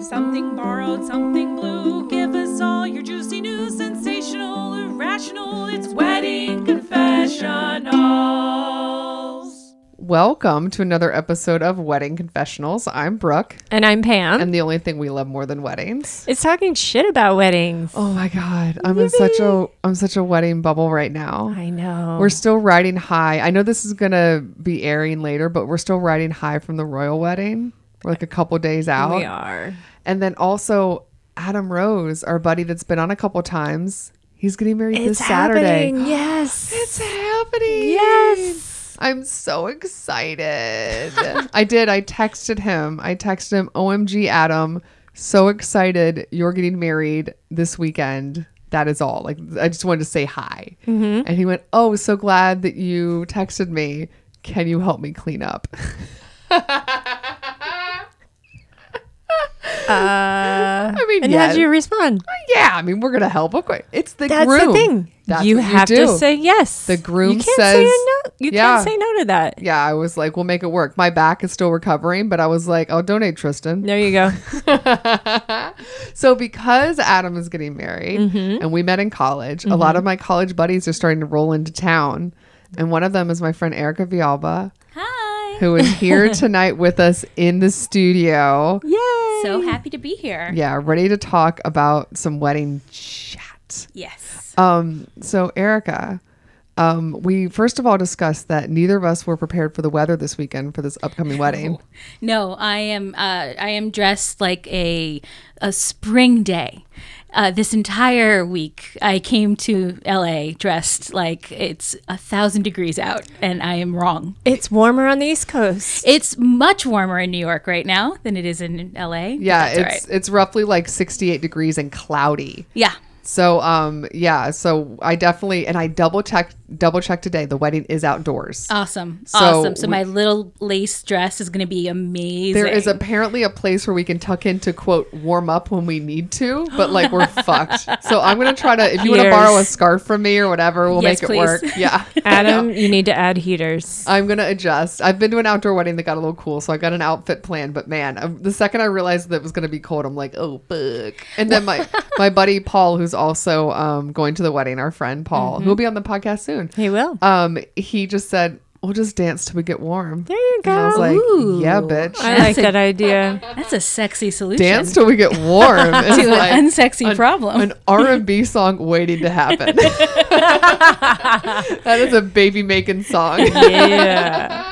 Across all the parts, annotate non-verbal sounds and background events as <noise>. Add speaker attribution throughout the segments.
Speaker 1: Something borrowed, something blue. Give us all your juicy news, sensational, irrational. It's wedding confessionals.
Speaker 2: Welcome to another episode of Wedding Confessionals. I'm Brooke,
Speaker 3: And I'm Pam.
Speaker 2: and the only thing we love more than weddings.
Speaker 3: it's talking shit about weddings.
Speaker 2: Oh my god, I'm in such a I'm such a wedding bubble right now.
Speaker 3: I know.
Speaker 2: We're still riding high. I know this is going to be airing later, but we're still riding high from the royal wedding. We're like a couple days out.
Speaker 3: we are.
Speaker 2: And then also Adam Rose, our buddy that's been on a couple times, he's getting married this Saturday.
Speaker 3: happening. <gasps> Yes.
Speaker 2: It's happening.
Speaker 3: <laughs> Yes.
Speaker 2: I'm so excited. <laughs> I did. I texted him. I texted him, OMG, Adam, so excited. You're getting married this weekend. That is all. Like, I just wanted to say hi.
Speaker 3: Mm-hmm.
Speaker 2: And he went, Oh, so glad that you texted me. Can you help me clean up?
Speaker 3: Uh,
Speaker 2: I mean,
Speaker 3: and
Speaker 2: yeah.
Speaker 3: how do you respond?
Speaker 2: yeah, I mean, we're going to help. Okay. It's the
Speaker 3: That's
Speaker 2: groom.
Speaker 3: the thing.
Speaker 2: That's
Speaker 3: you
Speaker 2: what
Speaker 3: have
Speaker 2: do.
Speaker 3: to say yes.
Speaker 2: The groom
Speaker 3: you can't Say
Speaker 2: says-
Speaker 3: no. You
Speaker 2: Yeah.
Speaker 3: can't say no to that.
Speaker 2: Yeah, I was like, We'll make it work. My back is still recovering, but I was like, I'll donate Tristan.
Speaker 3: There you go.
Speaker 2: So because Adam is getting married
Speaker 1: Mm-hmm.
Speaker 2: and we met in college, a lot of my college buddies are starting to roll into town. And one of them is my friend Erica Vialba,
Speaker 1: Hi.
Speaker 2: who is
Speaker 1: <laughs>
Speaker 2: here tonight with us in the studio.
Speaker 3: <laughs> Yay.
Speaker 1: So happy to be here.
Speaker 2: Yeah, ready to talk about some wedding chat.
Speaker 1: Yes.
Speaker 2: Um, so Erica, um, we first of all discussed that neither of us were prepared for the weather this weekend for this upcoming wedding.
Speaker 1: No, I am. Uh, I am dressed like a a spring day. Uh, this entire week, I came to LA dressed like it's a thousand degrees out, and I am wrong.
Speaker 3: it's warmer on the East Coast.
Speaker 1: It's much warmer in New York right now than it is in LA. but
Speaker 2: Yeah,
Speaker 1: that's all
Speaker 2: it's
Speaker 1: right.
Speaker 2: it's roughly like 68 degrees and cloudy.
Speaker 1: yeah.
Speaker 2: So um yeah, so I definitely and I double checked double checked today. The wedding is outdoors.
Speaker 1: Awesome.
Speaker 2: So
Speaker 1: awesome. So
Speaker 2: we-
Speaker 1: my little lace dress is going to be amazing.
Speaker 2: there is apparently a place where we can tuck in to quote warm up when we need to, but like
Speaker 1: <gasps>
Speaker 2: we're fucked. So I'm gonna try to if you want to
Speaker 3: Heaters.
Speaker 2: borrow a scarf from me or whatever, we'll
Speaker 1: Yes,
Speaker 2: make it
Speaker 1: please. <laughs>
Speaker 2: work. Yeah.
Speaker 3: Adam, you need to add heaters.
Speaker 2: I'm gonna adjust. I've been to an outdoor wedding that got a little cool, so I got an outfit plan. But man, um, the second I realized that it was gonna be cold, I'm like, oh fuck. And then
Speaker 1: <laughs>
Speaker 2: my my buddy Paul, who's also um, going to the wedding, our friend Paul,
Speaker 1: Mm-hmm.
Speaker 2: who'll be on the podcast soon.
Speaker 3: He will.
Speaker 2: um, he just said, "We'll just dance till we get warm."
Speaker 3: there you go.
Speaker 2: And I was like,
Speaker 1: Ooh.
Speaker 2: "Yeah, bitch,
Speaker 3: I
Speaker 1: That's
Speaker 3: like
Speaker 1: a-
Speaker 3: that idea.
Speaker 1: That's a sexy solution.
Speaker 2: dance till we get
Speaker 1: <laughs>
Speaker 2: warm." It's
Speaker 1: to
Speaker 2: like
Speaker 1: an unsexy problem.
Speaker 2: an R and B song waiting to
Speaker 1: <laughs>
Speaker 2: happen. <laughs> that is a baby making
Speaker 1: <laughs>
Speaker 2: song.
Speaker 3: yeah.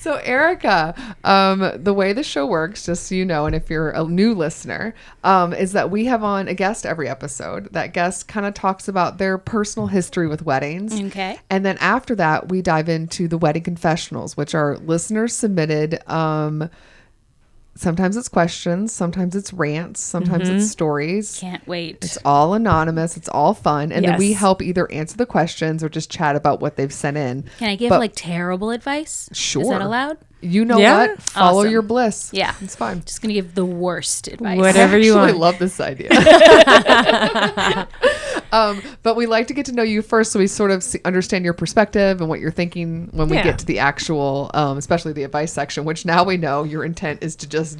Speaker 2: So, Erica, um, the way the show works, just so you know, and if you're a new listener, um, is that we have on a guest every episode. That guest kind of talks about their personal history with weddings.
Speaker 1: Okay.
Speaker 2: And then after that, we dive into the wedding confessionals, which are listener submitted. Um, sometimes it's questions, sometimes it's rants, sometimes it's stories.
Speaker 1: Mm-hmm. Can't wait.
Speaker 2: It's all anonymous. It's all fun. And then we
Speaker 3: Yes.
Speaker 2: help either answer the questions or just chat about what they've sent in.
Speaker 1: Can I give
Speaker 2: but-
Speaker 1: like terrible advice?
Speaker 2: Sure.
Speaker 1: Is that allowed?
Speaker 2: You know
Speaker 3: Yeah.
Speaker 2: what? Follow
Speaker 1: Awesome.
Speaker 2: your bliss.
Speaker 1: Yeah.
Speaker 2: It's fine.
Speaker 1: Just gonna give the worst advice.
Speaker 3: <laughs> Whatever. you
Speaker 2: I actually
Speaker 3: want.
Speaker 2: love this
Speaker 3: <laughs>
Speaker 2: idea. um, but we like to get to know you first, so we sort of see, understand your perspective and what you're thinking when we
Speaker 3: Yeah.
Speaker 2: get to the actual, um, especially the advice section. Which now we know your intent is to just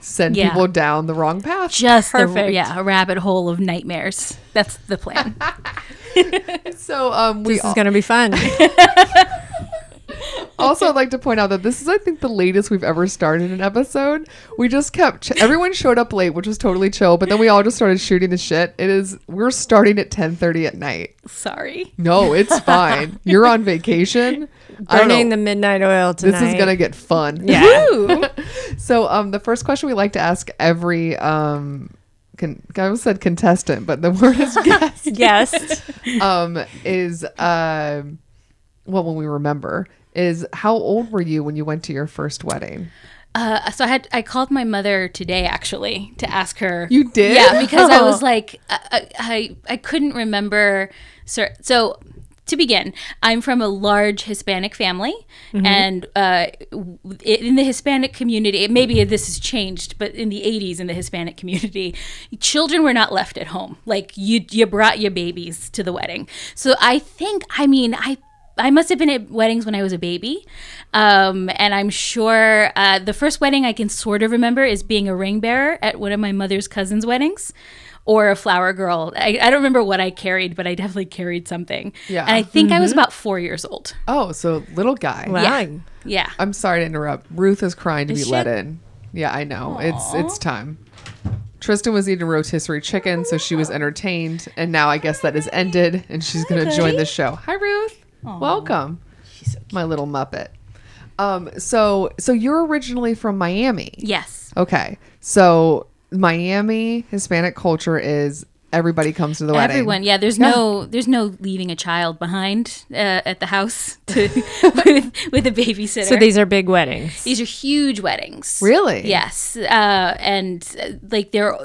Speaker 2: send
Speaker 1: Yeah.
Speaker 2: people down the wrong path.
Speaker 1: Just the
Speaker 3: Perfect.
Speaker 1: yeah, a rabbit hole of nightmares. That's the plan.
Speaker 3: <laughs>
Speaker 2: so um, we
Speaker 3: This is
Speaker 2: al-
Speaker 3: going to be
Speaker 2: <laughs>
Speaker 3: fun.
Speaker 2: also like to point out that this is, I think, the latest we've ever started an episode. We just kept ch- everyone showed up late, which was totally chill. But then we all just started shooting the shit. It is we're starting at 10:30 at night.
Speaker 1: Sorry.
Speaker 3: <laughs>
Speaker 2: No, it's fine. You're on vacation. I don't
Speaker 3: Burning
Speaker 2: know.
Speaker 3: the midnight oil tonight.
Speaker 2: this is gonna get fun.
Speaker 3: Yeah.
Speaker 2: <laughs> So, um, the first question we like to ask every um, con- I almost said contestant, but the <laughs> word is
Speaker 3: <laughs>
Speaker 2: guest.
Speaker 3: <laughs> yes.
Speaker 2: um, is um, well, when we remember is how old were you when you went to your first wedding?
Speaker 1: Uh, so I had I called my mother today actually to ask her.
Speaker 2: You did?
Speaker 1: Yeah, because
Speaker 2: <laughs>
Speaker 1: I was like I I, I couldn't remember. Sir, so to begin, I'm from a large Hispanic family,
Speaker 2: Mm-hmm.
Speaker 1: and uh, w- in the Hispanic community, it- maybe this has changed, but in the '80s, in the Hispanic community, children were not left at home. Like you you brought your babies to the wedding. So I think I mean I I must have been at weddings when I was a baby, um, and I'm sure uh, the first wedding I can sort of remember is being a ring bearer at one of my mother's cousins' weddings, or a flower girl. I, I don't remember what I carried, but I definitely carried something.
Speaker 2: Yeah. Mm-hmm.
Speaker 1: and I think I was about four years old.
Speaker 2: Oh, so little guy.
Speaker 3: Wow.
Speaker 1: Yeah.
Speaker 2: I'm sorry to interrupt. Ruth is crying to
Speaker 1: Is
Speaker 2: be
Speaker 1: she-
Speaker 2: let in. Yeah, I know. It's it's time. Tristan was eating rotisserie chicken, so she was entertained, and now I guess that is ended, and she's going to join the show. Hi, Ruth. Welcome,
Speaker 1: She's so
Speaker 2: my little muppet. Um, so so you're originally from Miami.
Speaker 1: Yes.
Speaker 2: Okay, so Miami Hispanic culture is everybody comes to the wedding.
Speaker 1: Everyone, yeah. There's no, there's no leaving a child behind uh, at the house
Speaker 2: <laughs>
Speaker 1: to, <laughs> with, with a babysitter.
Speaker 3: So these are big weddings.
Speaker 1: These are huge weddings.
Speaker 2: Really?
Speaker 1: Yes. Uh, and uh, like they're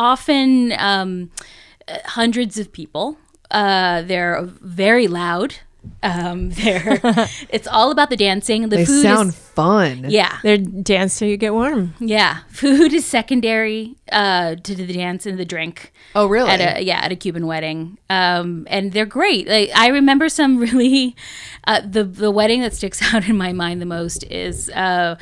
Speaker 1: often um, uh, hundreds of people. Uh, they're very loud. Um, <laughs>
Speaker 2: <laughs>
Speaker 1: they're it's all about the dancing. The
Speaker 2: They
Speaker 1: food
Speaker 2: sound
Speaker 1: is
Speaker 2: fun.
Speaker 1: yeah.
Speaker 3: They're dance till you get warm.
Speaker 1: Yeah, food is secondary uh, to the dance and the drink.
Speaker 2: Oh, really?
Speaker 1: At a, yeah, at a Cuban wedding, um, and they're great. Like, I remember some <laughs> really uh, the the wedding that sticks <laughs> out in my mind the most is uh,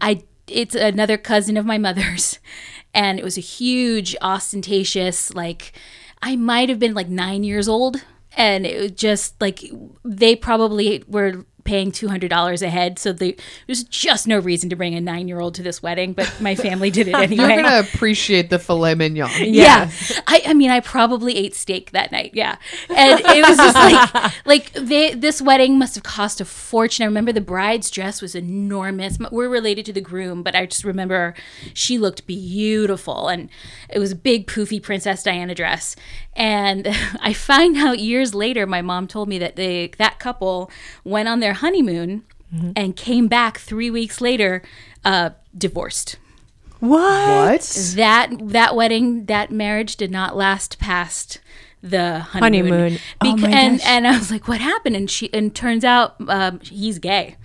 Speaker 1: I. It's another cousin of my mother's, <laughs> and it was a huge, ostentatious. Like I might have been like nine years old, and it was just like they probably were paying two hundred dollars a head, so they, there's just no reason to bring a nine year old to this wedding. But my family did it
Speaker 2: <laughs>
Speaker 1: anyway.
Speaker 2: You're going to appreciate the filet
Speaker 1: <laughs>
Speaker 2: mignon.
Speaker 1: Yeah. I, I mean, I probably ate steak that night. Yeah. And it was just like, like they, this wedding must have cost a fortune. I remember the bride's dress was enormous. M- We're related to the groom, but I just remember she looked beautiful. And it was a big, poofy Princess Diana dress. And <laughs> I find out years later, my mom told me that they, that couple went on their honeymoon and came back three weeks later, uh, divorced
Speaker 3: What?
Speaker 2: What?
Speaker 1: that that wedding that marriage did not last past the honeymoon,
Speaker 3: Honeymoon. Oh my
Speaker 1: and
Speaker 3: gosh.
Speaker 1: and I was like, what happened? And she and turns out um,
Speaker 3: <gasps>
Speaker 1: he's gay.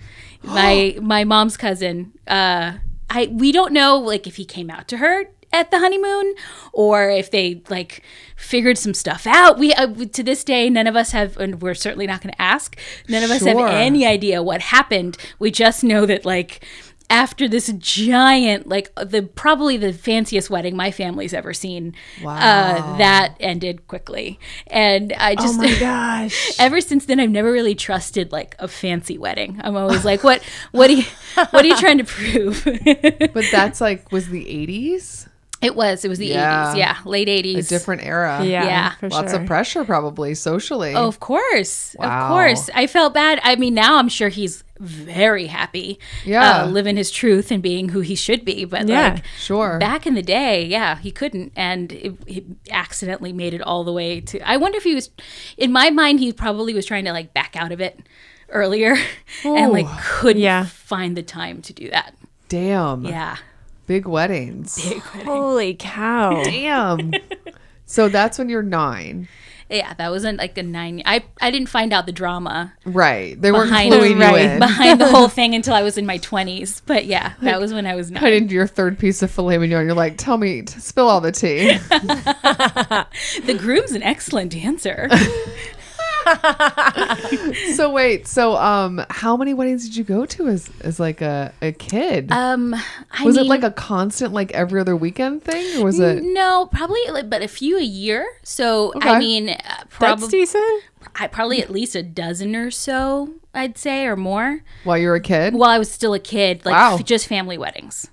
Speaker 1: My my mom's cousin. Uh, I we don't know like if he came out to her at the honeymoon or if they like figured some stuff out. We uh, we- to this day none of us have, and we're certainly not going to ask. None of us have
Speaker 2: Sure.
Speaker 1: any idea what happened. We just know that like after this giant like uh, the probably the fanciest wedding my family's ever seen uh, that ended quickly and i just
Speaker 3: Oh my gosh.
Speaker 1: <laughs> ever since then i've never really trusted like a fancy wedding i'm always like what what are you what are you trying to prove <laughs>
Speaker 2: But that's like was the 80s,
Speaker 1: it was it was the
Speaker 2: Yeah.
Speaker 1: 80s yeah late 80s
Speaker 2: a different era.
Speaker 3: Yeah.
Speaker 1: Yeah.
Speaker 3: For
Speaker 2: Lots
Speaker 3: sure.
Speaker 2: of pressure probably socially.
Speaker 1: Oh, of course.
Speaker 2: Wow.
Speaker 1: Of course. I felt bad. I mean, now I'm sure he's very happy.
Speaker 2: Yeah.
Speaker 1: Uh, living his truth and being who he should be. But
Speaker 3: Yeah.
Speaker 1: like
Speaker 2: sure.
Speaker 1: back in the day, yeah, he couldn't. And it, he accidentally made it all the way to. I wonder if he was, in my mind, he probably was trying to like back out of it earlier <laughs> and like couldn't
Speaker 3: Yeah.
Speaker 1: find the time to do that.
Speaker 2: Damn.
Speaker 1: Yeah.
Speaker 2: Big weddings.
Speaker 3: Holy cow.
Speaker 2: <laughs> Damn. so that's when you're 9.
Speaker 1: Yeah. That wasn't like a nine. I, I didn't find out the drama.
Speaker 2: Right. They weren't
Speaker 1: behind,
Speaker 2: cluing
Speaker 3: right,
Speaker 2: you in.
Speaker 1: behind the
Speaker 2: <laughs>
Speaker 1: whole thing until I was in my 20s. But yeah, that was when I was
Speaker 2: Cut
Speaker 1: nine.
Speaker 2: into your third piece of filet mignon. You're like, tell me, t- spill all the <laughs> tea.
Speaker 1: The groom's an
Speaker 2: <laughs>
Speaker 1: excellent dancer.
Speaker 2: so wait, so um, how many weddings did you go to as as like a, a kid?
Speaker 1: Um, I
Speaker 2: was
Speaker 1: mean,
Speaker 2: it like a constant, like every other weekend thing, or was it?
Speaker 1: no, probably like, but a few a year. So
Speaker 2: Okay.
Speaker 1: I mean, uh,
Speaker 3: That's
Speaker 1: probably
Speaker 3: decent.
Speaker 1: I probably at least a dozen or so, I'd say, or more.
Speaker 2: While you were a kid,
Speaker 1: While I was still a kid, like
Speaker 2: Wow.
Speaker 1: f- just family weddings.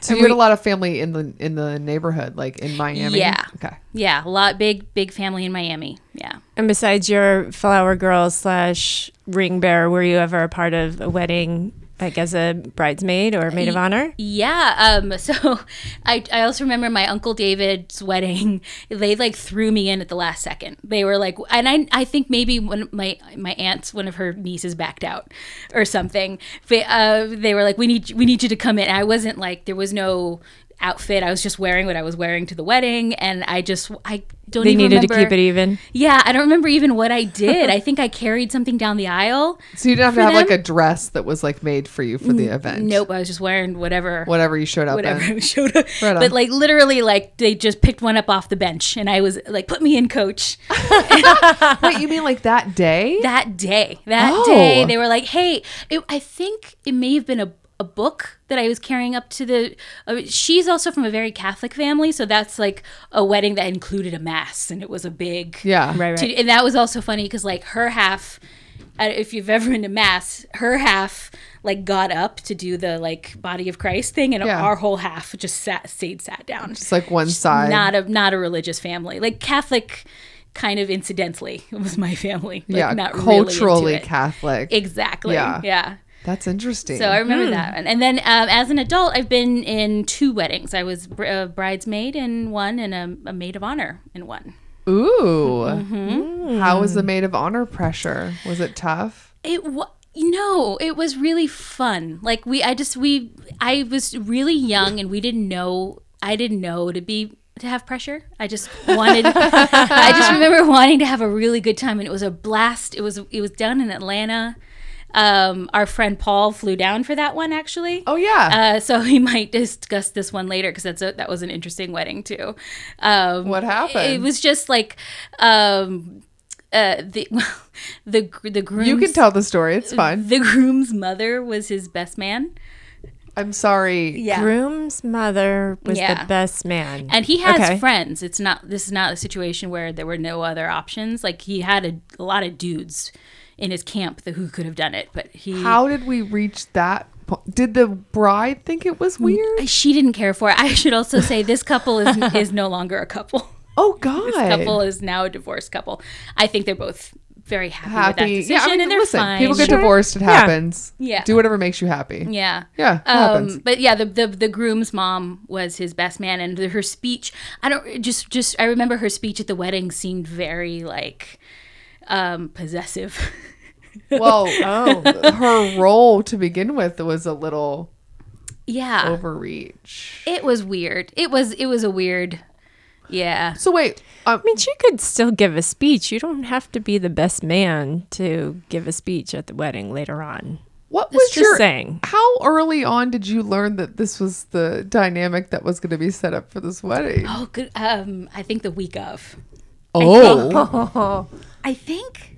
Speaker 2: so you had a lot of family in the in the neighborhood, like in Miami.
Speaker 1: Yeah.
Speaker 2: Okay.
Speaker 1: Yeah, a lot big big family in Miami. Yeah.
Speaker 3: And besides your flower girl slash ring bearer, were you ever a part of a wedding, like as a bridesmaid or maid of honor?
Speaker 1: Yeah. Um, <laughs> so I, I also remember my Uncle David's wedding. <laughs> They like threw me in at the last second. They were like, and I, I think maybe one my my aunt's one of her nieces backed out or something. But, uh, they were like, we need we need you to come in. I wasn't like there was no outfit. I was just wearing what I was wearing to the wedding, and I just I don't.
Speaker 3: They
Speaker 1: even
Speaker 3: needed to
Speaker 1: remember-
Speaker 3: keep it even.
Speaker 1: Yeah, I don't remember even what I
Speaker 3: <laughs>
Speaker 1: did. I think I carried something down the aisle.
Speaker 2: So you didn't have to
Speaker 1: For
Speaker 2: have like a
Speaker 1: them?
Speaker 2: dress that was like made for you for the event.
Speaker 1: Nope, I was just wearing whatever.
Speaker 2: Whatever you showed up in.
Speaker 1: Whatever <laughs> showed up,
Speaker 2: Right on.
Speaker 1: but like literally, like they just picked one up off the bench, and I was like, "Put me in, coach."
Speaker 2: Wait, you mean like that day?
Speaker 1: <laughs> that day. That
Speaker 2: Oh.
Speaker 1: day, they were like, "Hey, it, I think it may have been a, a book that I was carrying up to the." Uh, she's also from a very Catholic family, so that's like a wedding that included a mass, and it was a big
Speaker 2: yeah.
Speaker 3: Right, right.
Speaker 1: to- and that was also funny because like her half, uh, if you've ever been to mass, her half like got up to do the like body of Christ thing, and
Speaker 2: Yeah.
Speaker 1: our whole half just sat stayed sat down.
Speaker 2: It's like one side.
Speaker 1: Not a not a religious family, like Catholic. Kind of incidentally, <laughs> was my family. Like,
Speaker 2: yeah.
Speaker 1: not really into
Speaker 2: culturally
Speaker 1: it.
Speaker 2: Catholic.
Speaker 1: Exactly.
Speaker 2: Yeah.
Speaker 1: Yeah.
Speaker 2: That's interesting.
Speaker 1: So I remember that one. And then um, as an adult, I've been in two weddings. I was br- a bridesmaid in one and a, a maid of honor in one.
Speaker 2: Ooh.
Speaker 1: Mm-hmm.
Speaker 2: Mm. How
Speaker 1: Mm.
Speaker 2: was the maid of honor pressure? Was it tough?
Speaker 1: It wa No, it was really fun. Like we, I just we, I was really young, and we didn't know. I didn't know to be to have pressure. I just wanted. I
Speaker 2: <laughs>
Speaker 1: just remember wanting to have a really good time, and it was a blast. It was it was done in Atlanta. Um, our friend Paul flew down for that one actually.
Speaker 2: Oh yeah.
Speaker 1: Uh, so we might discuss this one later because that's a, that was an interesting wedding too. Um,
Speaker 2: What happened?
Speaker 1: It was just like um, uh, the <laughs> the gr- the groom's,
Speaker 2: you can tell the story. It's fine.
Speaker 1: the groom's mother was his best man.
Speaker 2: I'm sorry.
Speaker 1: Yeah.
Speaker 3: Groom's mother was
Speaker 1: Yeah.
Speaker 3: the best man.
Speaker 1: And he has
Speaker 3: Okay.
Speaker 1: friends. It's not this is not a situation where there were no other options. Like he had a, a lot of dudes in his camp that, who could have done it, but he
Speaker 2: How did we reach that? Po- did the bride think it
Speaker 1: Mm,
Speaker 2: was weird?
Speaker 1: she didn't care for it. I should also say this
Speaker 2: <laughs>
Speaker 1: couple is is no longer a couple.
Speaker 2: Oh God.
Speaker 1: couple is now a divorced couple. I think they're both very happy,
Speaker 2: happy.
Speaker 1: with that decision, and they're fine.
Speaker 2: People get divorced. It happens.
Speaker 1: Yeah.
Speaker 2: Do whatever makes you happy.
Speaker 1: yeah.
Speaker 2: Yeah, it happens.
Speaker 1: Um, but yeah, the, the the groom's mom was his best man, and her speech. I don't just just I remember her speech at the wedding seemed very like um, possessive. <laughs>
Speaker 2: <laughs> Well,
Speaker 3: oh,
Speaker 2: her role to begin with was a little
Speaker 1: yeah,
Speaker 2: Oh. overreach.
Speaker 1: it was weird. It was it was a weird. Yeah,
Speaker 2: So wait, um,
Speaker 3: I mean, she could still give a speech. You don't have to be the best man to give a speech at the wedding later on.
Speaker 2: what was
Speaker 3: It's just
Speaker 2: your?
Speaker 3: saying.
Speaker 2: How early on did you learn that this was the dynamic that was going to be set up for this wedding? <gasps>
Speaker 1: oh good. Um, I think the week of.
Speaker 2: Oh,
Speaker 1: I think.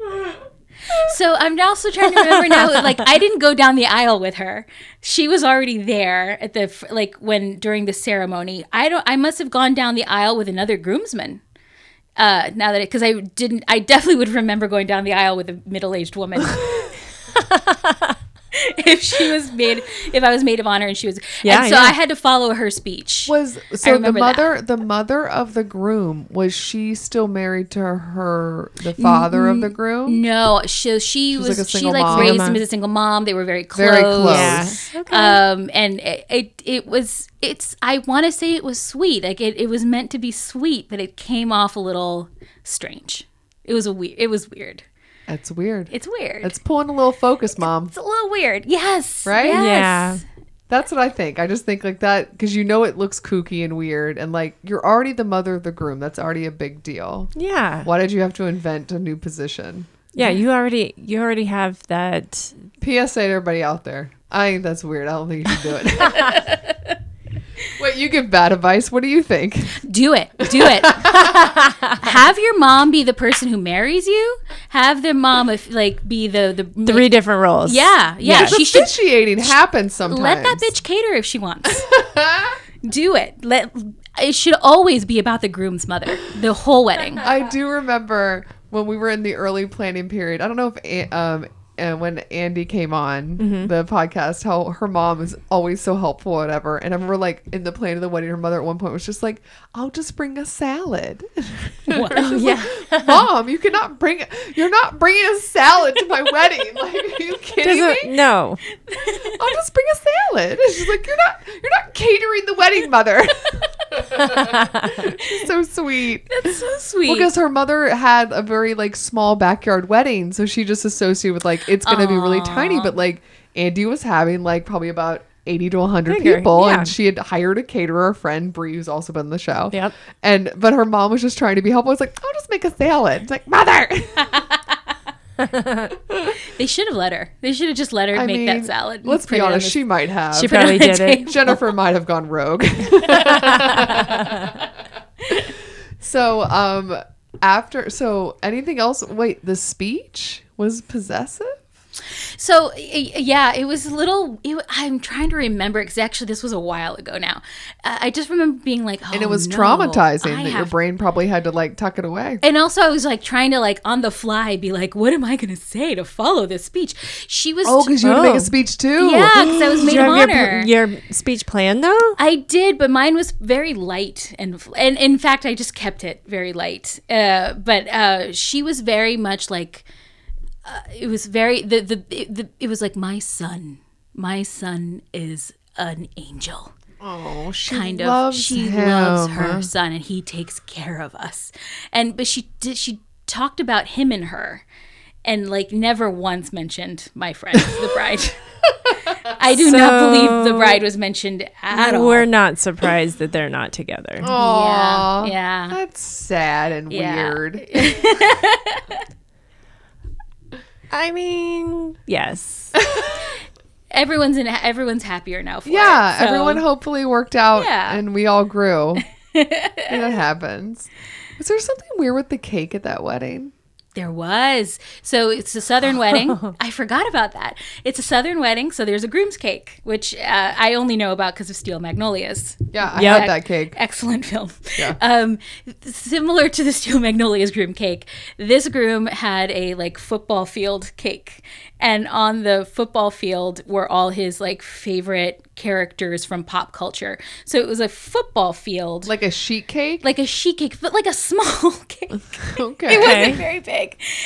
Speaker 1: So I'm also trying to
Speaker 3: <laughs>
Speaker 1: remember now. Like I didn't go down the aisle with her. She was already there at the f- like when during the ceremony. I don't. I must have gone down the aisle with another groomsman. Uh, now that because I didn't, I definitely would remember going down the aisle with a
Speaker 3: <laughs>
Speaker 1: middle-aged woman. <laughs> if she was made, if I was maid of honor and she was,
Speaker 3: Yeah,
Speaker 1: and so
Speaker 3: yeah.
Speaker 1: I had to follow her speech.
Speaker 2: <gasps> was so the
Speaker 1: remember that.
Speaker 2: mother, the mother of the groom, was she still married to her the father of the groom?
Speaker 1: no, so she
Speaker 2: was
Speaker 1: was,
Speaker 2: like a
Speaker 1: she
Speaker 2: single
Speaker 1: like
Speaker 2: mom.
Speaker 1: raised
Speaker 3: Mama.
Speaker 1: him as a single mom. They were very close.
Speaker 2: Very close.
Speaker 3: Yeah. Okay.
Speaker 1: um and it it, it was it's i want to say it was sweet like it, it was meant to be sweet but it came off a little strange it was a weird it was weird
Speaker 2: That's weird.
Speaker 1: it's weird
Speaker 2: It's
Speaker 1: it's,
Speaker 2: pulling a little focus, mom.
Speaker 1: a little weird yes
Speaker 2: Right?
Speaker 1: yes.
Speaker 3: Yeah.
Speaker 2: That's what I think. I just think like that because you know it looks kooky and weird, and like you're already the mother of the groom. That's already a big deal.
Speaker 3: Yeah.
Speaker 2: Why did you have to invent a new position?
Speaker 3: Yeah, you already you already have that
Speaker 2: PSA to everybody out there. I think that's weird. I don't think you should do it.
Speaker 1: <laughs>
Speaker 2: Wait, you give bad advice. What do you think?
Speaker 1: do it do
Speaker 2: <laughs>
Speaker 1: it have your mom be the person who marries you have their mom if, like be the the
Speaker 3: three different roles.
Speaker 1: yeah yeah
Speaker 2: Because
Speaker 1: she should
Speaker 2: officiating happens sometimes.
Speaker 1: let that bitch cater if
Speaker 2: <laughs>
Speaker 1: she wants do it let it should always be about the groom's mother the whole wedding
Speaker 2: I do remember when we were in the early planning period. I don't know if A- um and when Andy came on
Speaker 3: Mm-hmm.
Speaker 2: the podcast, how her mom is always so helpful, whatever. And I remember like in the plan of the wedding, her mother at one point was just like, "I'll just bring a salad." <laughs>
Speaker 1: <laughs>
Speaker 3: Yeah.
Speaker 2: mom, you cannot bring you're not bringing a salad to my wedding. <laughs> Like, are you kidding
Speaker 3: Doesn't
Speaker 2: me?
Speaker 3: no.
Speaker 2: I'll just bring a salad. <laughs> And she's like, "You're not you're not catering the wedding, mother." <laughs> She's so sweet.
Speaker 1: so sweet.
Speaker 2: Because her mother had a very like small backyard wedding, so she just associated with like it's gonna be really tiny. But like Andy was having like probably about 80 to 100
Speaker 3: Bigger,
Speaker 2: people
Speaker 3: yeah.
Speaker 2: and she had hired a caterer friend Bree who's also been in the show
Speaker 3: Yep.
Speaker 2: and but her mom was just trying to be helpful it's like I'll just make a salad it's like
Speaker 1: <laughs>
Speaker 2: mother
Speaker 1: They should have let her. They should have just let her
Speaker 2: I
Speaker 1: make
Speaker 2: mean,
Speaker 1: that salad.
Speaker 2: let's
Speaker 1: Put
Speaker 2: be
Speaker 1: it on
Speaker 2: honest
Speaker 1: the-
Speaker 2: she might have
Speaker 1: <laughs>
Speaker 3: She probably
Speaker 1: on the
Speaker 3: did it.
Speaker 1: table.
Speaker 2: Jennifer might have gone
Speaker 1: <laughs>
Speaker 2: rogue. so, um, after, so anything else? Wait, the speech was possessive?
Speaker 1: So y- y- yeah, it was a little. It, wa- I'm trying to remember because actually this was a while ago now. Uh, I just remember being like, oh,
Speaker 2: And it was
Speaker 1: no,
Speaker 2: traumatizing
Speaker 1: I
Speaker 2: that your
Speaker 1: have-
Speaker 2: brain probably had to like tuck it away.
Speaker 1: And also, I was like trying to like on the fly be like, what am I going to say to follow this speech? She was.
Speaker 2: Oh, because you had to make
Speaker 3: Oh.
Speaker 2: a speech too.
Speaker 1: yeah, because
Speaker 3: <gasps>
Speaker 1: I was
Speaker 3: Did
Speaker 1: maid
Speaker 3: you
Speaker 1: of
Speaker 3: have your,
Speaker 1: honor.
Speaker 3: pl- your speech plan though?
Speaker 1: I did, but mine was very light, and and in fact, I just kept it very light. Uh, but uh, she was very much like uh, it was very the the, it- the it was like my son, my son is an angel
Speaker 2: Oh, she
Speaker 1: kind
Speaker 2: loves
Speaker 1: of she
Speaker 2: him.
Speaker 1: loves her son and he takes care of us and but she did she talked about him and her and like never once mentioned my friend the
Speaker 2: <laughs>
Speaker 1: bride i do not believe the bride was mentioned at all
Speaker 3: We're not surprised that they're not together.
Speaker 2: Oh.
Speaker 1: yeah
Speaker 2: Aw,
Speaker 1: yeah
Speaker 2: That's sad and
Speaker 1: <laughs> Yeah.
Speaker 2: weird.
Speaker 3: I mean,
Speaker 1: <laughs>
Speaker 3: yes.
Speaker 1: everyone's in everyone's happier now for
Speaker 2: Yeah,
Speaker 1: it, so-
Speaker 2: everyone hopefully worked out
Speaker 1: Yeah.
Speaker 2: and we all
Speaker 1: <laughs>
Speaker 2: grew. And that happens. Was there something weird with the cake at that wedding?
Speaker 1: There was. So it's a Southern wedding. I forgot about that. It's a Southern wedding, so there's a groom's cake, which uh, I only know about because of Steel Magnolias.
Speaker 2: Yeah, I
Speaker 3: Yep.
Speaker 2: had that cake.
Speaker 1: Excellent film. Um, similar to the Steel Magnolias groom cake, this groom had a like football field cake, and on the football field were all his like favorite characters from pop culture. So it was a football field, like,
Speaker 2: Like a sheet cake?
Speaker 1: like a she cake, but like a small <laughs> cake.
Speaker 2: okay.
Speaker 1: It
Speaker 3: Okay.
Speaker 1: wasn't very big.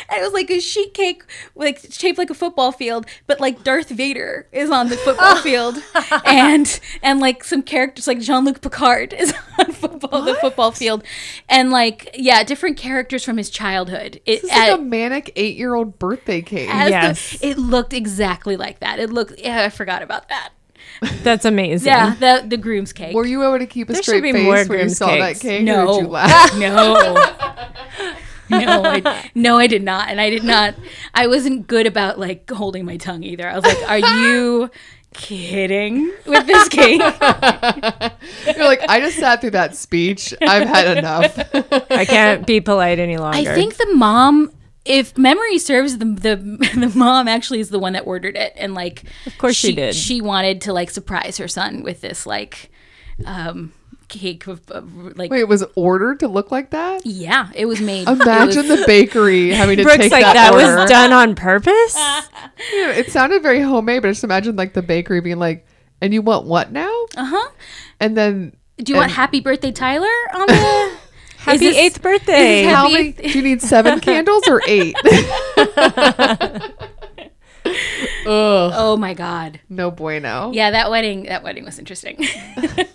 Speaker 1: And it was like a sheet cake, like shaped like a football field, but like Darth Vader is on
Speaker 2: <laughs>
Speaker 1: the football field, and and like some characters like Jean Luc Picard <laughs> is on football the football field, and like yeah, different characters from his childhood. It,
Speaker 2: This is like
Speaker 1: at-
Speaker 2: a manic eight year old birthday cake.
Speaker 1: as the-
Speaker 3: Yes.
Speaker 1: it looked exactly like that. It looked. Yeah, I forgot about that.
Speaker 3: That's amazing.
Speaker 1: Yeah, the the groom's cake.
Speaker 2: Were you able to keep a
Speaker 3: There should be
Speaker 2: straight
Speaker 3: more
Speaker 2: face when you
Speaker 3: Grimm's
Speaker 2: saw
Speaker 3: cakes.
Speaker 2: that cake? Or
Speaker 1: No.
Speaker 2: did you laugh? <laughs>
Speaker 1: No. No, I, no, I did not, and I did not. I wasn't good about like holding my tongue either. I was like, "Are you kidding with this cake?"
Speaker 2: You're like, I just sat through that speech.
Speaker 3: <laughs>
Speaker 2: I've had enough.
Speaker 3: I can't be polite any longer.
Speaker 1: I think the mom, if memory serves, the the the mom actually is the one that ordered it, and like, of
Speaker 3: course she did.
Speaker 1: She wanted to like surprise her son with this like um cake of, of like.
Speaker 2: Wait, it was ordered to look like that?
Speaker 1: Yeah, it was made. it was-
Speaker 2: Imagine the bakery having to
Speaker 3: Brooke's
Speaker 2: take
Speaker 3: like
Speaker 2: that,
Speaker 3: that,
Speaker 2: order.
Speaker 3: was done on purpose.
Speaker 2: It sounded very homemade, but I just imagine like the bakery being like, and you want what now?
Speaker 3: Uh,
Speaker 1: Uh-huh.
Speaker 2: And then
Speaker 1: Do you want Happy Birthday, Tyler? On the
Speaker 3: Happy
Speaker 1: this-
Speaker 3: eighth birthday.
Speaker 1: is
Speaker 2: how
Speaker 1: Happy-
Speaker 2: many? Do
Speaker 3: <laughs>
Speaker 2: you need seven candles or eight? <laughs> Ugh,
Speaker 1: oh my god.
Speaker 2: no bueno.
Speaker 1: Yeah, that wedding that wedding was interesting. <laughs> it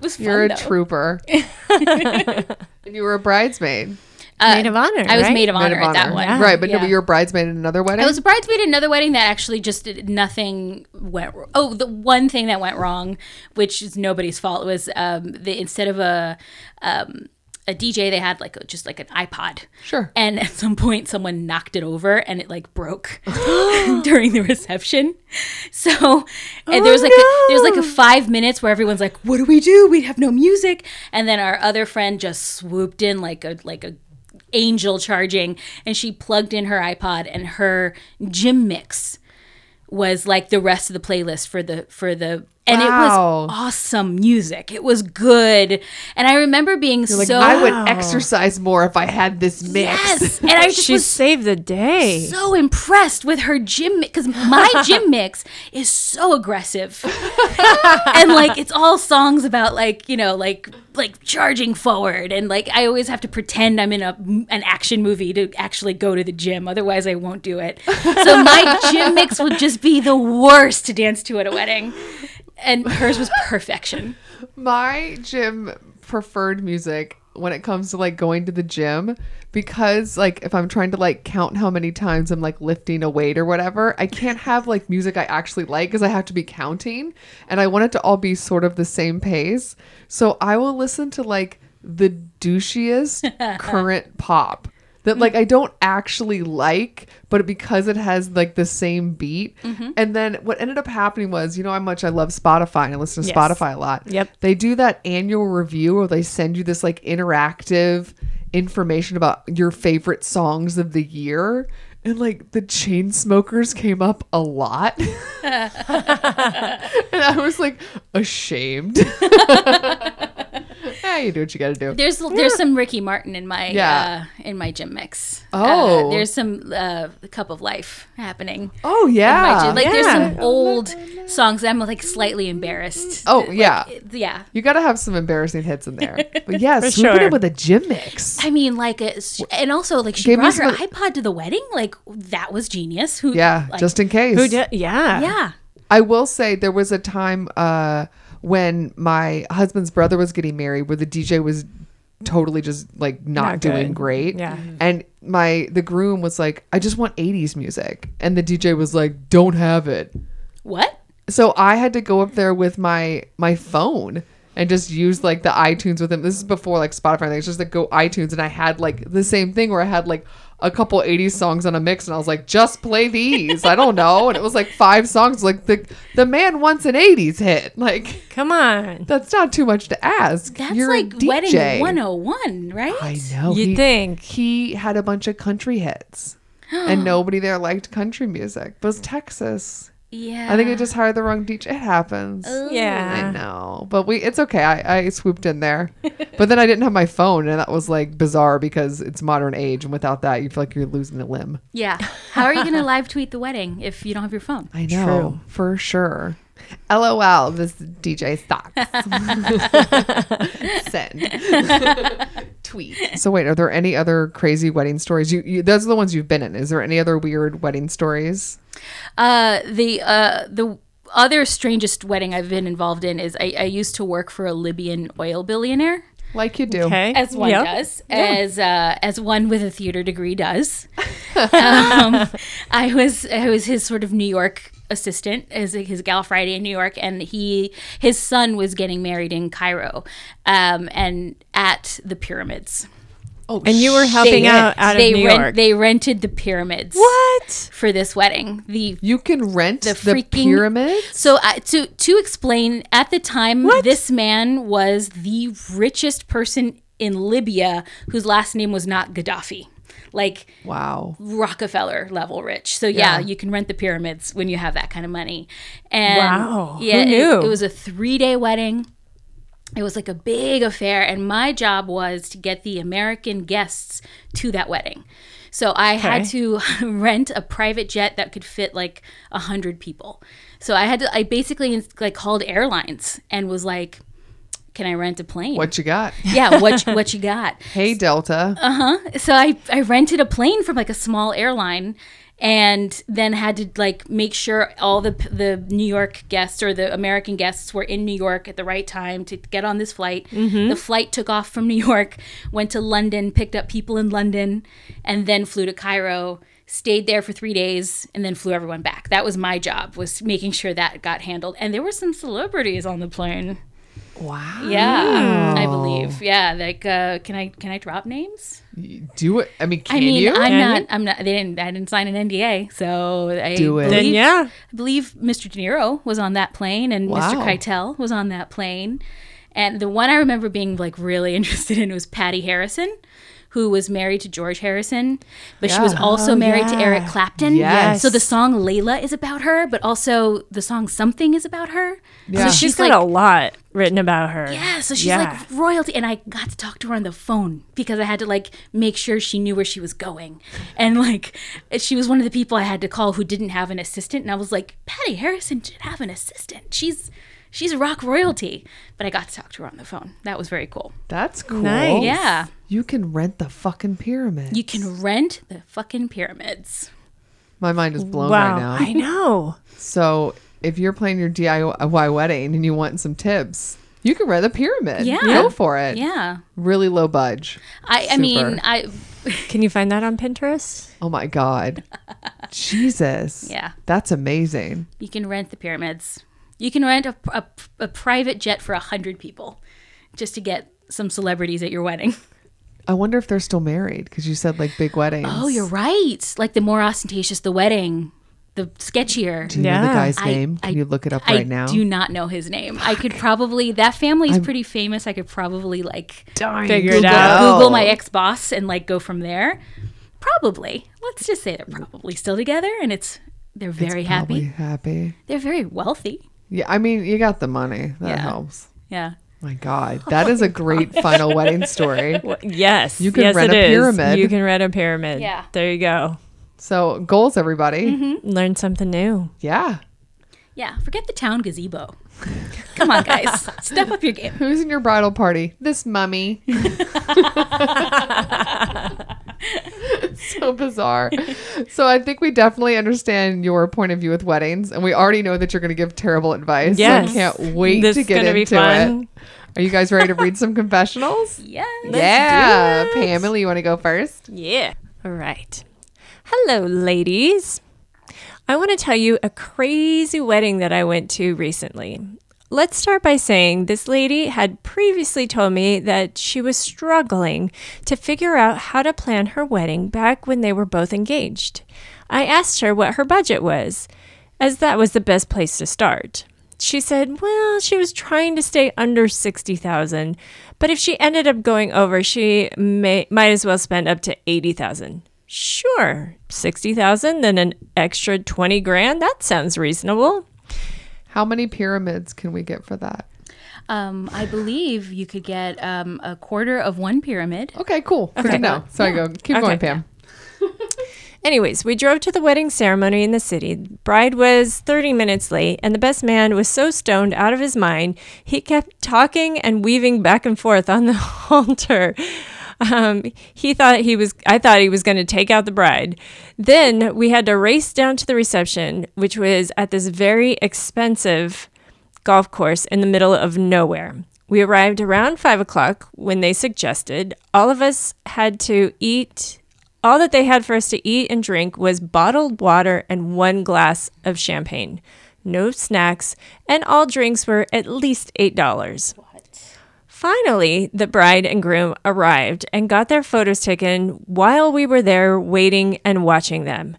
Speaker 1: was fun.
Speaker 2: You're a
Speaker 1: though. <laughs>
Speaker 2: trooper. and you were a bridesmaid.
Speaker 1: Uh,
Speaker 3: Maid of honor,
Speaker 1: I was
Speaker 3: right?
Speaker 1: maid of honor,
Speaker 2: Maid of
Speaker 1: at that
Speaker 2: honor.
Speaker 1: one.
Speaker 2: Right, but no,
Speaker 1: Yeah.
Speaker 2: but you were a bridesmaid in another wedding.
Speaker 1: I was a bridesmaid at another wedding that actually just did nothing went. wr- Oh, the one thing that went wrong, which is nobody's fault, was um, the instead of a um, a DJ, they had like a, just like an iPod.
Speaker 2: Sure.
Speaker 1: And at some point, someone knocked it over, and it like
Speaker 2: <gasps>
Speaker 1: broke <laughs> during the reception. So and there was
Speaker 2: Oh,
Speaker 1: like a, there was like a five minutes where everyone's like, "What do we do? We have no music." And then our other friend just swooped in like a like a angel charging, and she plugged in her iPod, and her gym mix was like the rest of the playlist for the for the. And
Speaker 2: Wow.
Speaker 1: it was awesome music. It was good, and I remember being
Speaker 2: like,
Speaker 1: so
Speaker 2: I
Speaker 1: <laughs>
Speaker 2: would exercise more if I had this mix.
Speaker 1: Yes,
Speaker 2: <laughs>
Speaker 1: and I just
Speaker 3: She
Speaker 1: was
Speaker 3: saved the day.
Speaker 1: so impressed with her gym mix because
Speaker 2: <laughs>
Speaker 1: my gym mix is so aggressive, <laughs> and like it's all songs about like you know like like charging forward, and like I always have to pretend I'm in a an action movie to actually go to the gym, otherwise I won't do it. So my gym mix would just be the worst to dance to at a wedding, and hers was perfection.
Speaker 2: My gym preferred music when it comes to like going to the gym because like if I'm trying to like count how many times I'm like lifting a weight or whatever, I can't have like music I actually like because I have to be counting and I want it to all be sort of the same pace. So I will listen to like the douchiest current pop that like I don't actually like, but because it has like the same beat. And then what ended up happening was, you know how much I love Spotify and I listen to
Speaker 3: Yes.
Speaker 2: Spotify a lot.
Speaker 3: Yep.
Speaker 2: They do that annual review where they send you this like interactive information about your favorite songs of the year. And like the chain smokers came up
Speaker 3: <laughs>
Speaker 2: a lot. and I was like ashamed. <laughs> hey, you do what you gotta do.
Speaker 1: There's there's some Ricky Martin in my
Speaker 2: Yeah.
Speaker 1: uh, in my gym mix.
Speaker 2: Oh.
Speaker 1: uh, there's some uh, Cup of Life happening.
Speaker 2: Oh
Speaker 1: in my gym.
Speaker 2: yeah.
Speaker 1: like there's
Speaker 3: Yeah.
Speaker 1: some old songs that I'm like slightly embarrassed.
Speaker 2: Oh,
Speaker 1: Like,
Speaker 2: yeah.
Speaker 1: yeah.
Speaker 2: You got to have some embarrassing hits in there.
Speaker 3: <laughs>
Speaker 2: But yes,
Speaker 3: For
Speaker 2: swoop it
Speaker 3: sure.
Speaker 2: in with a gym mix.
Speaker 1: I mean, like, uh, sh- and also like she
Speaker 2: Gave me
Speaker 1: brought her
Speaker 2: some-
Speaker 1: iPod to the wedding. Like that was genius. Who?
Speaker 2: Yeah,
Speaker 1: like,
Speaker 2: just in case.
Speaker 3: Who did? Yeah.
Speaker 1: yeah.
Speaker 2: I will say there was a time uh, when my husband's brother was getting married where the DJ was totally just like not,
Speaker 3: Not
Speaker 2: doing
Speaker 3: good.
Speaker 2: great.
Speaker 3: Yeah. Mhm.
Speaker 2: And my the groom was like, I just want 80s music. And the DJ was like, don't have it.
Speaker 1: What?
Speaker 2: so I had to go up there with my my phone and just use like the iTunes with them. This is before like Spotify and things, just like go iTunes and I had like the same thing where I had like a couple 80s songs on a mix and I was like, just play these. I don't know. And it was like five songs. Like the the man wants an 80s hit. Like
Speaker 3: Come on.
Speaker 2: that's not too much to ask.
Speaker 1: That's
Speaker 2: You're a
Speaker 1: like wedding
Speaker 2: DJ.
Speaker 1: 101, right?
Speaker 2: I know.
Speaker 3: You'd
Speaker 2: he,
Speaker 3: think.
Speaker 2: he had a bunch of country
Speaker 1: <gasps>
Speaker 2: hits. and nobody there liked country music. But it was Texas.
Speaker 1: Yeah.
Speaker 2: I think I just hired the wrong DJ. It happens. I
Speaker 3: Yeah.
Speaker 2: know, but we it's okay. I, I swooped in <laughs> there, but then I didn't have my phone, and that was like bizarre because it's modern age, and without that, you feel like you're losing a limb.
Speaker 1: Yeah. How are you
Speaker 2: <laughs>
Speaker 1: gonna live tweet the wedding if you don't have your phone?
Speaker 2: I know for sure. LOL, this DJ <laughs> sucks. Send <laughs> tweet. So wait, are there any other crazy wedding stories? You, you those are the ones you've been in. Is there any other weird wedding stories?
Speaker 1: Uh, the uh, the other strangest wedding I've been involved in is I, I used to work for a Libyan oil billionaire,
Speaker 2: Like you do.
Speaker 3: Okay.
Speaker 1: as one
Speaker 3: Yep.
Speaker 1: does, as uh, as one with a theater
Speaker 3: <laughs>
Speaker 1: degree does. um, I was I was his sort of New York assistant as his gal Friday in New York, and he his son was getting married in Cairo, um, and at the pyramids.
Speaker 2: Oh,
Speaker 3: And you were helping out out of
Speaker 1: they
Speaker 3: New
Speaker 1: rent-
Speaker 3: York.
Speaker 1: They rented the pyramids.
Speaker 3: what?
Speaker 1: For this wedding, the
Speaker 2: You can rent the,
Speaker 1: freaking-
Speaker 2: pyramids.
Speaker 1: So uh, to to explain, at the time, this man was the richest person in Libya, whose last name was not Gaddafi, like
Speaker 2: Wow.
Speaker 1: Rockefeller level rich. So yeah,
Speaker 2: Yeah.
Speaker 1: you can rent the pyramids when you have that kind of money. And
Speaker 3: Wow.
Speaker 1: yeah,
Speaker 3: Who
Speaker 1: it-
Speaker 3: knew?
Speaker 1: It, was a three day wedding. It was like a big affair, and my job was to get the American guests to that wedding. So I had
Speaker 3: Okay.
Speaker 1: to <laughs> rent a private jet that could fit like a hundred people. So I had to. I basically like called airlines and was like, "Can I rent a plane?
Speaker 2: What you got?
Speaker 1: Yeah, what what you
Speaker 3: <laughs>
Speaker 1: got?"
Speaker 2: Hey Delta.
Speaker 1: so I, I rented a plane from like a small airline and then had to like make sure all the the New York guests or the American guests were in New York at the right time to get on this flight. The flight took off from New York, went to London, picked up people in London, and then flew to Cairo, stayed there for 3 days and then flew everyone back. That was my job was making sure that got handled. And there were some celebrities on the plane.
Speaker 2: Wow.
Speaker 1: Yeah, I believe. Yeah, like uh, can I can I drop names?
Speaker 2: Do it. I mean, can
Speaker 1: I mean,
Speaker 2: you?
Speaker 1: I'm
Speaker 3: Can
Speaker 1: not.
Speaker 3: you?
Speaker 1: I'm not. They didn't. I didn't sign an NDA, so I
Speaker 2: Do it.
Speaker 1: Believe,
Speaker 3: Then yeah.
Speaker 1: I believe Mr. De Niro was on that plane, and Mr.
Speaker 2: Wow.
Speaker 1: Keitel was on that plane, and the one I remember being like really <laughs> interested in was Patty Harrison, who was married to George Harrison, but she was
Speaker 2: Yeah.
Speaker 1: also married to
Speaker 3: yeah.
Speaker 1: Eric Clapton.
Speaker 2: Yes.
Speaker 1: So the song Layla is about her, but also the song Something is about her.
Speaker 2: Yeah.
Speaker 1: So
Speaker 2: She's
Speaker 1: she's,
Speaker 3: She's
Speaker 1: like.
Speaker 3: got a lot written about her.
Speaker 1: yeah, so she's
Speaker 3: Yeah.
Speaker 1: like royalty, and I got to talk to her on the phone because I had to like make sure she knew where she was going, and like she was one of the people I had to call who didn't have an assistant, and I was like, Patty Harrison should have an assistant. She's she's rock royalty, but I got to talk to her on the phone. That was very cool.
Speaker 2: That's cool.
Speaker 3: Nice.
Speaker 1: Yeah,
Speaker 2: You can rent the fucking pyramid.
Speaker 1: you can rent the fucking pyramids.
Speaker 2: My mind is blown
Speaker 3: Wow.
Speaker 2: right
Speaker 1: <laughs>
Speaker 2: now.
Speaker 3: I know.
Speaker 2: so if you're playing your DIY wedding and you want some tips, You can rent a pyramid.
Speaker 1: Yeah.
Speaker 2: Go for it.
Speaker 1: Yeah.
Speaker 2: Really low budge.
Speaker 1: I, I mean,
Speaker 2: Super.
Speaker 1: I
Speaker 3: Can you find that on Pinterest?
Speaker 2: Oh my
Speaker 1: <laughs>
Speaker 2: God. Jesus.
Speaker 1: Yeah.
Speaker 2: That's amazing.
Speaker 1: you can rent the pyramids. You can rent a, a, a private jet for a hundred people, just to get some celebrities at your wedding. <laughs>
Speaker 2: I wonder if they're still married because you said like big weddings.
Speaker 1: Oh, you're right. Like the more ostentatious the wedding, the sketchier.
Speaker 2: Do you know the
Speaker 3: Yeah.
Speaker 2: guy's
Speaker 1: I-
Speaker 2: name? Can
Speaker 1: I-
Speaker 2: you look it up
Speaker 1: I
Speaker 2: right now?
Speaker 1: do not know his name. I could probably that family's pretty famous. I could probably like
Speaker 2: Darn.
Speaker 3: Figure it
Speaker 1: Google,
Speaker 3: out.
Speaker 1: Google my ex boss and like go from there. Probably. Let's just say they're probably still together and it's they're very happy.
Speaker 2: Probably happy.
Speaker 1: They're very wealthy.
Speaker 2: Yeah. I mean, you got the money. That
Speaker 1: Yeah.
Speaker 2: helps.
Speaker 1: Yeah.
Speaker 2: My God.
Speaker 3: <laughs>
Speaker 2: That
Speaker 3: Oh
Speaker 2: is a great final wedding story.
Speaker 3: Yes. You
Speaker 2: can
Speaker 3: yes,
Speaker 2: rent
Speaker 3: it
Speaker 2: a
Speaker 3: is.
Speaker 2: pyramid.
Speaker 3: You can rent a pyramid.
Speaker 1: Yeah.
Speaker 3: There you go.
Speaker 2: So, goals, everybody.
Speaker 3: Learn something new.
Speaker 2: Yeah.
Speaker 1: Yeah. Forget the town gazebo. Come on,
Speaker 2: <laughs>
Speaker 1: guys. Step up your game.
Speaker 2: Who's in your bridal party? This
Speaker 3: <laughs>
Speaker 2: mummy. <laughs> so bizarre. So I think we definitely understand your point of view with weddings, and we already know that you're going to give terrible advice.
Speaker 3: Yes.
Speaker 2: I can't wait
Speaker 3: This
Speaker 2: to
Speaker 3: is
Speaker 2: get
Speaker 3: gonna be
Speaker 2: into
Speaker 3: fun.
Speaker 2: it. Are you guys ready to read some confessionals?
Speaker 3: <laughs>
Speaker 1: Yes.
Speaker 2: yeah, Pamela, you want to go first?
Speaker 3: Yeah. All right. Hello, ladies. I want to tell you a crazy wedding that I went to recently. Let's start by saying this lady had previously told me that she was struggling to figure out how to plan her wedding back when they were both engaged. I asked her what her budget was, as that was the best place to start. She said, well, she was trying to stay under 60,000, but if she ended up going over, she may might as well spend up to 80,000. Sure, 60,000 then an extra 20 grand, that sounds reasonable.
Speaker 2: How many pyramids can we get for that?
Speaker 1: Um, I believe you could get um, a quarter of one pyramid.
Speaker 2: Okay, cool. Good to know. So I go. Keep going, Pam.
Speaker 3: Anyways, we drove to the wedding ceremony in the city. Bride was 30 minutes late, and the best man was so stoned out of his mind, he kept talking and weaving back and forth on the <laughs> altar. Um, he thought he was, I thought he was going to take out the bride. Then we had to race down to the reception, which was at this very expensive golf course in the middle of nowhere. We arrived around five o'clock when they suggested all of us had to eat. All that they had for us to eat and drink was bottled water and one glass of champagne. No snacks, and all drinks were at least $8. Finally, the bride and groom arrived and got their photos taken while we were there waiting and watching them.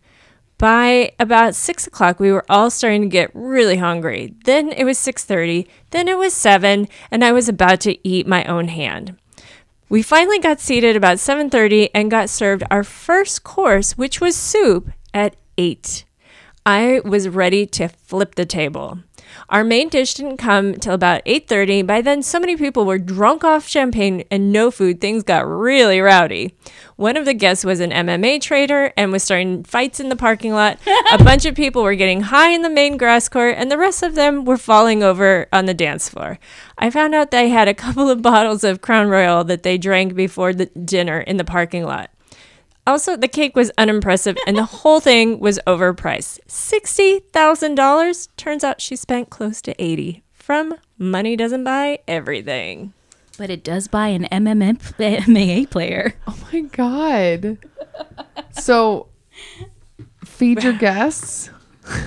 Speaker 3: By about six o'clock, we were all starting to get really hungry. Then it was six thirty. Then it was seven, and I was about to eat my own hand. We finally got seated about seven thirty and got served our first course, which was soup, at eight. I was ready to flip the table. Our main dish didn't come till about 8:30. By then so many people were drunk off champagne and no food, things got really rowdy. One of the guests was an MMA trader and was starting fights in the parking lot. A bunch of people were getting high in the main grass court and the rest of them were falling over on the dance floor. I found out they had a couple of bottles of Crown Royal that they drank before the dinner in the parking lot. Also, the cake was unimpressive and the whole thing was overpriced. $60,000. Turns out she spent close to 80 from Money Doesn't Buy Everything.
Speaker 1: But it does buy an <laughs> MMA player.
Speaker 2: Oh my God. So, feed your guests. I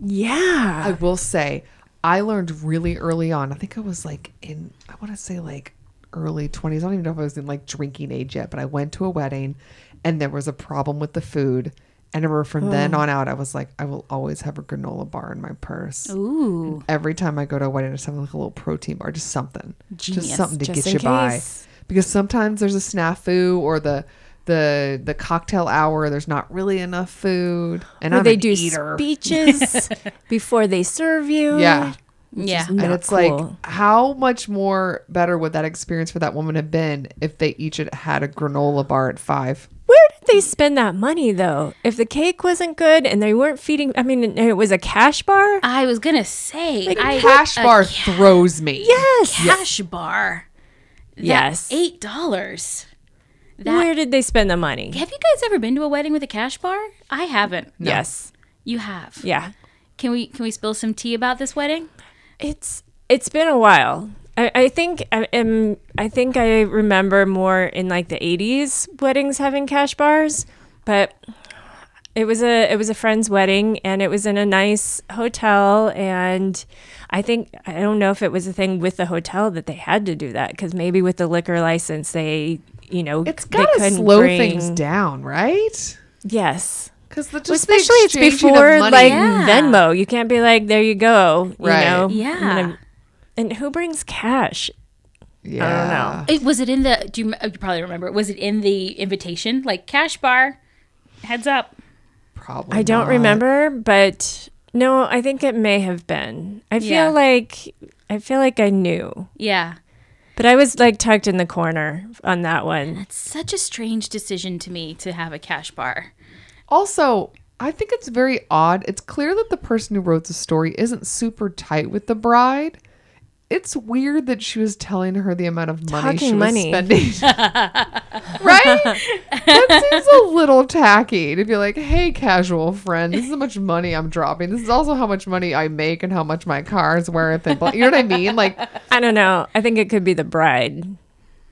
Speaker 3: Yeah.
Speaker 2: will say, I learned really early on. I think I was like in, I want to say like early 20s. I don't even know if I was in like drinking age yet, but I went to a wedding and there was a problem with the food. And I remember from then on out, I was like, I will always have a granola bar in my purse.
Speaker 1: Ooh.
Speaker 2: Every time I go to a wedding, I just have like a little protein bar, just something, just
Speaker 1: Genius.
Speaker 2: something to
Speaker 3: Just
Speaker 2: get
Speaker 3: in
Speaker 2: you by.
Speaker 3: case.
Speaker 2: Because sometimes there's a snafu or the the the cocktail hour. There's not really enough food, and
Speaker 3: Where
Speaker 2: I'm
Speaker 3: they
Speaker 2: an
Speaker 3: do
Speaker 2: eater.
Speaker 3: <laughs> speeches before they serve you.
Speaker 2: Yeah,
Speaker 1: Yeah.
Speaker 3: Not
Speaker 2: and it's
Speaker 3: cool.
Speaker 2: like, how much more better would that experience for that woman have been if they each had had a granola bar at five?
Speaker 3: Where did they spend that money though? If the cake wasn't good and they weren't feeding, I mean, and it was a cash bar?
Speaker 1: I was gonna say I,
Speaker 2: Cash
Speaker 1: a
Speaker 2: bar throws me.
Speaker 3: Yes.
Speaker 1: cash bar. That-
Speaker 3: Yes.
Speaker 1: Eight dollars. That
Speaker 3: Where did they spend the money?
Speaker 1: have you guys ever been to a wedding with a cash bar? I haven't.
Speaker 3: Yes.
Speaker 1: You have.
Speaker 3: Yeah.
Speaker 1: Can we can we spill some tea about this wedding?
Speaker 3: It's it's been a while. I I, I think I am. I think I remember more in like the '80s weddings having cash bars, but it was a it was a friend's wedding and it was in a nice hotel and I think I don't know if it was a thing with the hotel that they had to do that because maybe with the liquor license they you know
Speaker 2: It's
Speaker 3: they
Speaker 2: got to
Speaker 3: couldn't
Speaker 2: slow
Speaker 3: bring-
Speaker 2: things down, right?
Speaker 3: Yes.
Speaker 2: Because the
Speaker 3: Well,
Speaker 2: just the
Speaker 3: especially it's
Speaker 2: exchanging of
Speaker 3: before
Speaker 2: money-
Speaker 3: like
Speaker 1: Yeah.
Speaker 3: Venmo. You can't be like, there you go. You
Speaker 2: Right.
Speaker 3: know? I'm
Speaker 1: Yeah.
Speaker 3: gonna- and who brings cash?
Speaker 2: yeah.
Speaker 3: I
Speaker 1: It, was it in the? Do you, rem- you probably remember? Was it in the invitation? Like cash bar, heads up.
Speaker 2: Probably.
Speaker 3: I don't
Speaker 2: not.
Speaker 3: remember, but no, I think it may have been. I feel
Speaker 1: Yeah.
Speaker 3: like I feel like I knew.
Speaker 1: Yeah,
Speaker 3: But I was like tucked in the corner on that one.
Speaker 1: it's such a strange decision to me to have a cash bar.
Speaker 2: Also, I think it's very odd. It's clear that the person who wrote the story isn't super tight with the bride. It's weird that she was telling her the amount of money she
Speaker 3: Talking
Speaker 2: was
Speaker 3: money. <laughs>
Speaker 2: spending. right? That seems a little tacky to be like, hey, casual friend, this is how much money I'm dropping. This is also how much money I make and how much my car is worth. And blah. You know what I mean? Like,
Speaker 3: I don't know. I think it could be the bride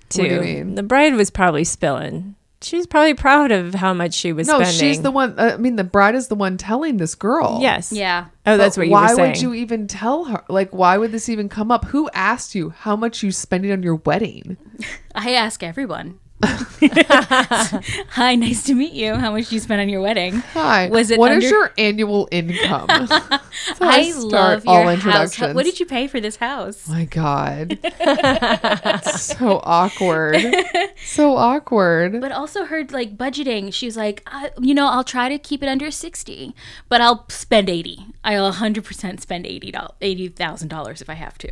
Speaker 3: too.
Speaker 2: do you mean?
Speaker 3: The bride was probably spilling. She was probably proud of how much she was
Speaker 2: no,
Speaker 3: spending.
Speaker 2: she's the one. uh, I mean, the bride is the one telling this girl.
Speaker 3: Yes.
Speaker 1: Yeah,
Speaker 3: Oh, that's
Speaker 2: But
Speaker 3: what you
Speaker 2: why
Speaker 3: were saying.
Speaker 2: would you even tell her? Like, why would this even come up? Who asked you how much you spending on your wedding?
Speaker 1: I ask everyone. Hi, nice to meet you. How much do you spend on your wedding?
Speaker 2: Hi.
Speaker 1: Was it
Speaker 2: what is
Speaker 1: under-
Speaker 2: your annual income?
Speaker 1: <laughs>
Speaker 2: That's how
Speaker 1: I, love your house.
Speaker 2: introductions.
Speaker 1: What did you pay for this house?
Speaker 2: My
Speaker 1: <laughs>
Speaker 2: God. It's so awkward. So awkward.
Speaker 1: But also her like budgeting. She was like, I, you know, I'll try to keep it under sixty, but I'll spend eighty. I'll hundred percent spend eighty dollars, eighty thousand dollars if I have to.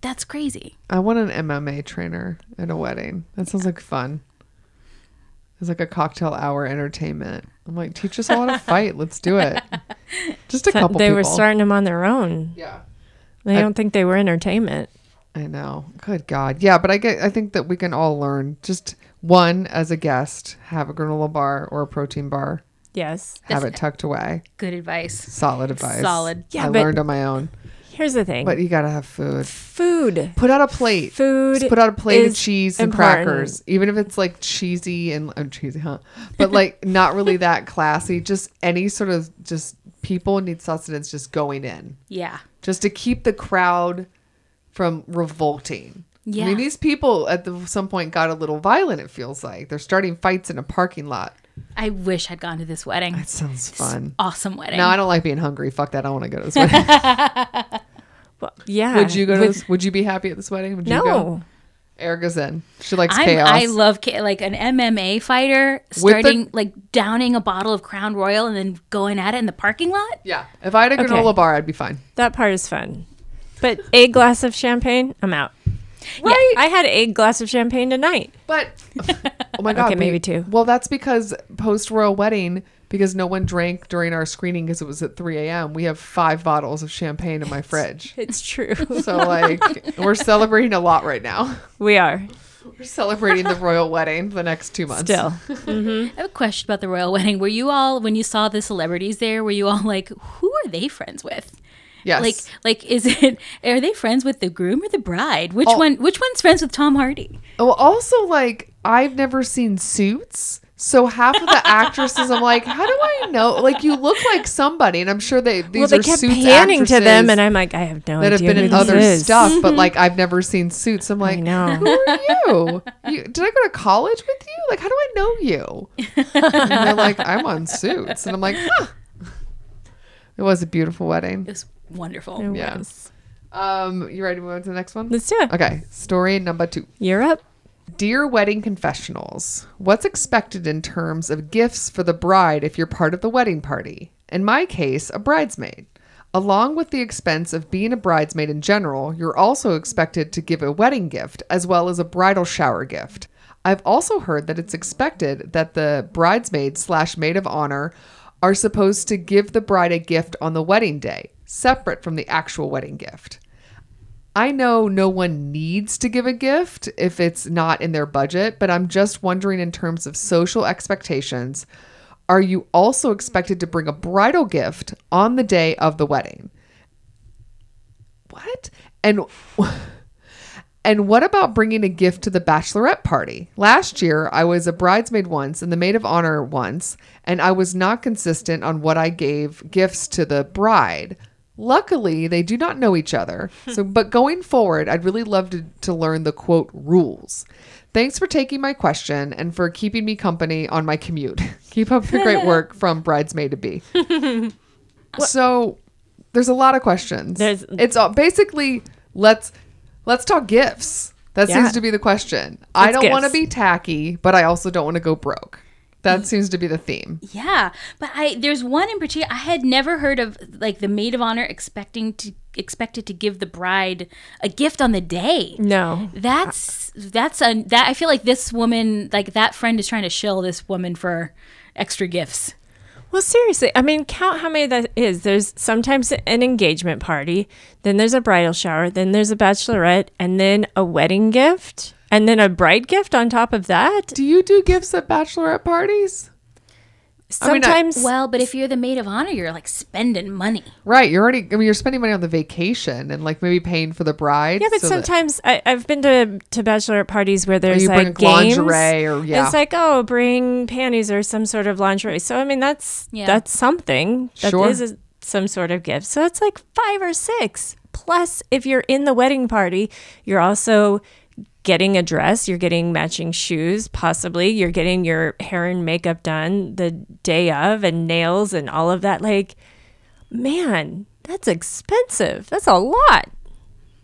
Speaker 1: That's crazy.
Speaker 2: I want an MMA trainer at a wedding. That sounds like fun. It's like a cocktail hour entertainment. I'm like, teach us all how to fight. Let's do it. Just a
Speaker 3: Th-
Speaker 2: couple
Speaker 3: they
Speaker 2: people.
Speaker 3: were starting them on their own.
Speaker 2: Yeah.
Speaker 3: They don't think they were entertainment.
Speaker 2: I know. Good God. Yeah, but I get. I think that we can all learn. Just one as a guest, have a granola bar or a protein bar.
Speaker 3: Yes.
Speaker 2: Have it tucked away.
Speaker 1: Good advice.
Speaker 2: Solid advice.
Speaker 1: Solid.
Speaker 3: Yeah,
Speaker 2: I
Speaker 3: but-
Speaker 2: learned on my own.
Speaker 3: Here's the thing.
Speaker 2: But you gotta have food.
Speaker 3: food.
Speaker 2: Put out a plate.
Speaker 3: Food
Speaker 2: Just put out a plate of
Speaker 3: is
Speaker 2: cheese and
Speaker 3: important.
Speaker 2: crackers, even if it's like cheesy and oh, cheesy, huh? But like not really that classy. Just any sort of just people need sustenance. Just going in.
Speaker 1: Yeah.
Speaker 2: just to keep the crowd from revolting. I
Speaker 1: Yeah.
Speaker 2: mean, these people at the, some point got a little violent, it feels like. They're starting fights in a parking lot.
Speaker 1: I wish I'd gone to this wedding.
Speaker 2: That sounds fun.
Speaker 1: awesome wedding.
Speaker 2: No, I don't like being hungry. Fuck that. I don't want to go to this wedding.
Speaker 3: Well, yeah.
Speaker 2: would you go
Speaker 3: <laughs>
Speaker 2: to
Speaker 3: With-
Speaker 2: this? Would you be happy at this wedding? Would you go?
Speaker 3: No.
Speaker 2: Erica's in. She likes
Speaker 1: I'm,
Speaker 2: chaos.
Speaker 1: I love ca- like an MMA fighter starting like downing a bottle of Crown Royal and then going at it in the parking lot.
Speaker 2: yeah. If I had a granola
Speaker 3: Okay.
Speaker 2: bar, I'd be fine.
Speaker 3: That part is fun. But a glass of champagne, I'm out.
Speaker 2: Right?
Speaker 3: I had a glass of champagne tonight.
Speaker 2: But
Speaker 3: <laughs>
Speaker 2: oh my god,
Speaker 3: Okay,
Speaker 2: we-
Speaker 3: maybe two.
Speaker 2: Well, that's because post royal wedding, because no one drank during our screening because it was at 3 a.m. We have five bottles of champagne in my fridge.
Speaker 3: It's true.
Speaker 2: So like we're celebrating a lot right now.
Speaker 3: <laughs> we are
Speaker 2: We're celebrating the royal wedding the next two months.
Speaker 3: still.
Speaker 1: I have a question about the royal wedding. Were you all when you saw the celebrities there? Were you all like, who are they friends with?
Speaker 2: Yes.
Speaker 1: Like, like is it are they friends with the groom or the bride? Which
Speaker 2: Oh.
Speaker 1: one? Which one's friends with Tom Hardy?
Speaker 2: well, Oh, also like I've never seen suits. So half of the actresses, I'm like, how do I know? Like you look like somebody, and I'm sure they these
Speaker 3: Well, they
Speaker 2: are
Speaker 3: kept
Speaker 2: suits
Speaker 3: panning to them, and
Speaker 2: actresses
Speaker 3: I'm like, I have no
Speaker 2: that have
Speaker 3: idea.
Speaker 2: been
Speaker 3: who
Speaker 2: in
Speaker 3: this
Speaker 2: other
Speaker 3: is. Mm-hmm.
Speaker 2: stuff, but like I've never seen suits. I'm
Speaker 3: I
Speaker 2: like,
Speaker 3: know.
Speaker 2: who are you? you? Did I go to college with you? Like, how do I know you? And they're like, I'm on suits, and I'm like, huh. It was a beautiful wedding.
Speaker 1: It was wonderful.
Speaker 3: It
Speaker 2: Yeah.
Speaker 3: was.
Speaker 2: Um, you ready to move on to the next one?
Speaker 3: Let's do it.
Speaker 2: Okay, story number two.
Speaker 3: You're up.
Speaker 2: Dear wedding confessionals, what's expected in terms of gifts for the bride if you're part of the wedding party? In my case, a bridesmaid. Along with the expense of being a bridesmaid in general, you're also expected to give a wedding gift as well as a bridal shower gift. I've also heard that it's expected that the bridesmaid slash maid of honor are supposed to give the bride a gift on the wedding day, separate from the actual wedding gift. I know no one needs to give a gift if it's not in their budget, but I'm just wondering in terms of social expectations, are you also expected to bring a bridal gift on the day of the wedding? What? And <laughs> And what about bringing a gift to the bachelorette party? Last year, I was a bridesmaid once and the maid of honor once, and I was not consistent on what I gave gifts to the bride. Luckily, they do not know each other. So, but going forward, I'd really love to, to learn the quote rules. Thanks for taking my question and for keeping me company on my commute. <laughs> Keep up the great work from bridesmaid to be. so, there's a lot of questions.
Speaker 3: There's-
Speaker 2: it's all basically let's let's talk gifts. That
Speaker 3: Yeah.
Speaker 2: seems to be the question. I
Speaker 3: It's
Speaker 2: don't want to
Speaker 3: gifts.
Speaker 2: be tacky, but I also don't want to go broke. That seems to be the theme.
Speaker 1: Yeah, but I there's one in particular I had never heard of like the maid of honor expecting to expected to give the bride a gift on the day.
Speaker 3: No.
Speaker 1: That's that's a that I feel like this woman like that friend is trying to shill this woman for extra gifts.
Speaker 3: Well, seriously, I mean, count how many that is. There's sometimes an engagement party, then there's a bridal shower, then there's a bachelorette, and then a wedding gift, and then a bride gift on top of that.
Speaker 2: Do you do gifts at bachelorette parties? I mean, I-
Speaker 3: Sometimes,
Speaker 1: Well, but if you're the maid of honor, you're like spending money.
Speaker 2: Right, you're already. I mean, you're spending money on the vacation and like maybe paying for the bride.
Speaker 3: yeah, but
Speaker 2: so that- Oh,
Speaker 3: sometimes I, I've been to to bachelorette parties where there's
Speaker 2: you bring,
Speaker 3: like
Speaker 2: like,
Speaker 3: games.
Speaker 2: lingerie or- yeah.
Speaker 3: It's like oh, bring panties or some sort of lingerie. So I mean, that's
Speaker 1: Yeah.
Speaker 3: that's something that is
Speaker 2: Sure.
Speaker 3: a, some sort of gift. So it's like five or six. Plus, if you're in the wedding party, you're also getting a dress, you're getting matching shoes, possibly you're getting your hair and makeup done the day of, and nails and all of that. Like, man, that's expensive. That's a lot.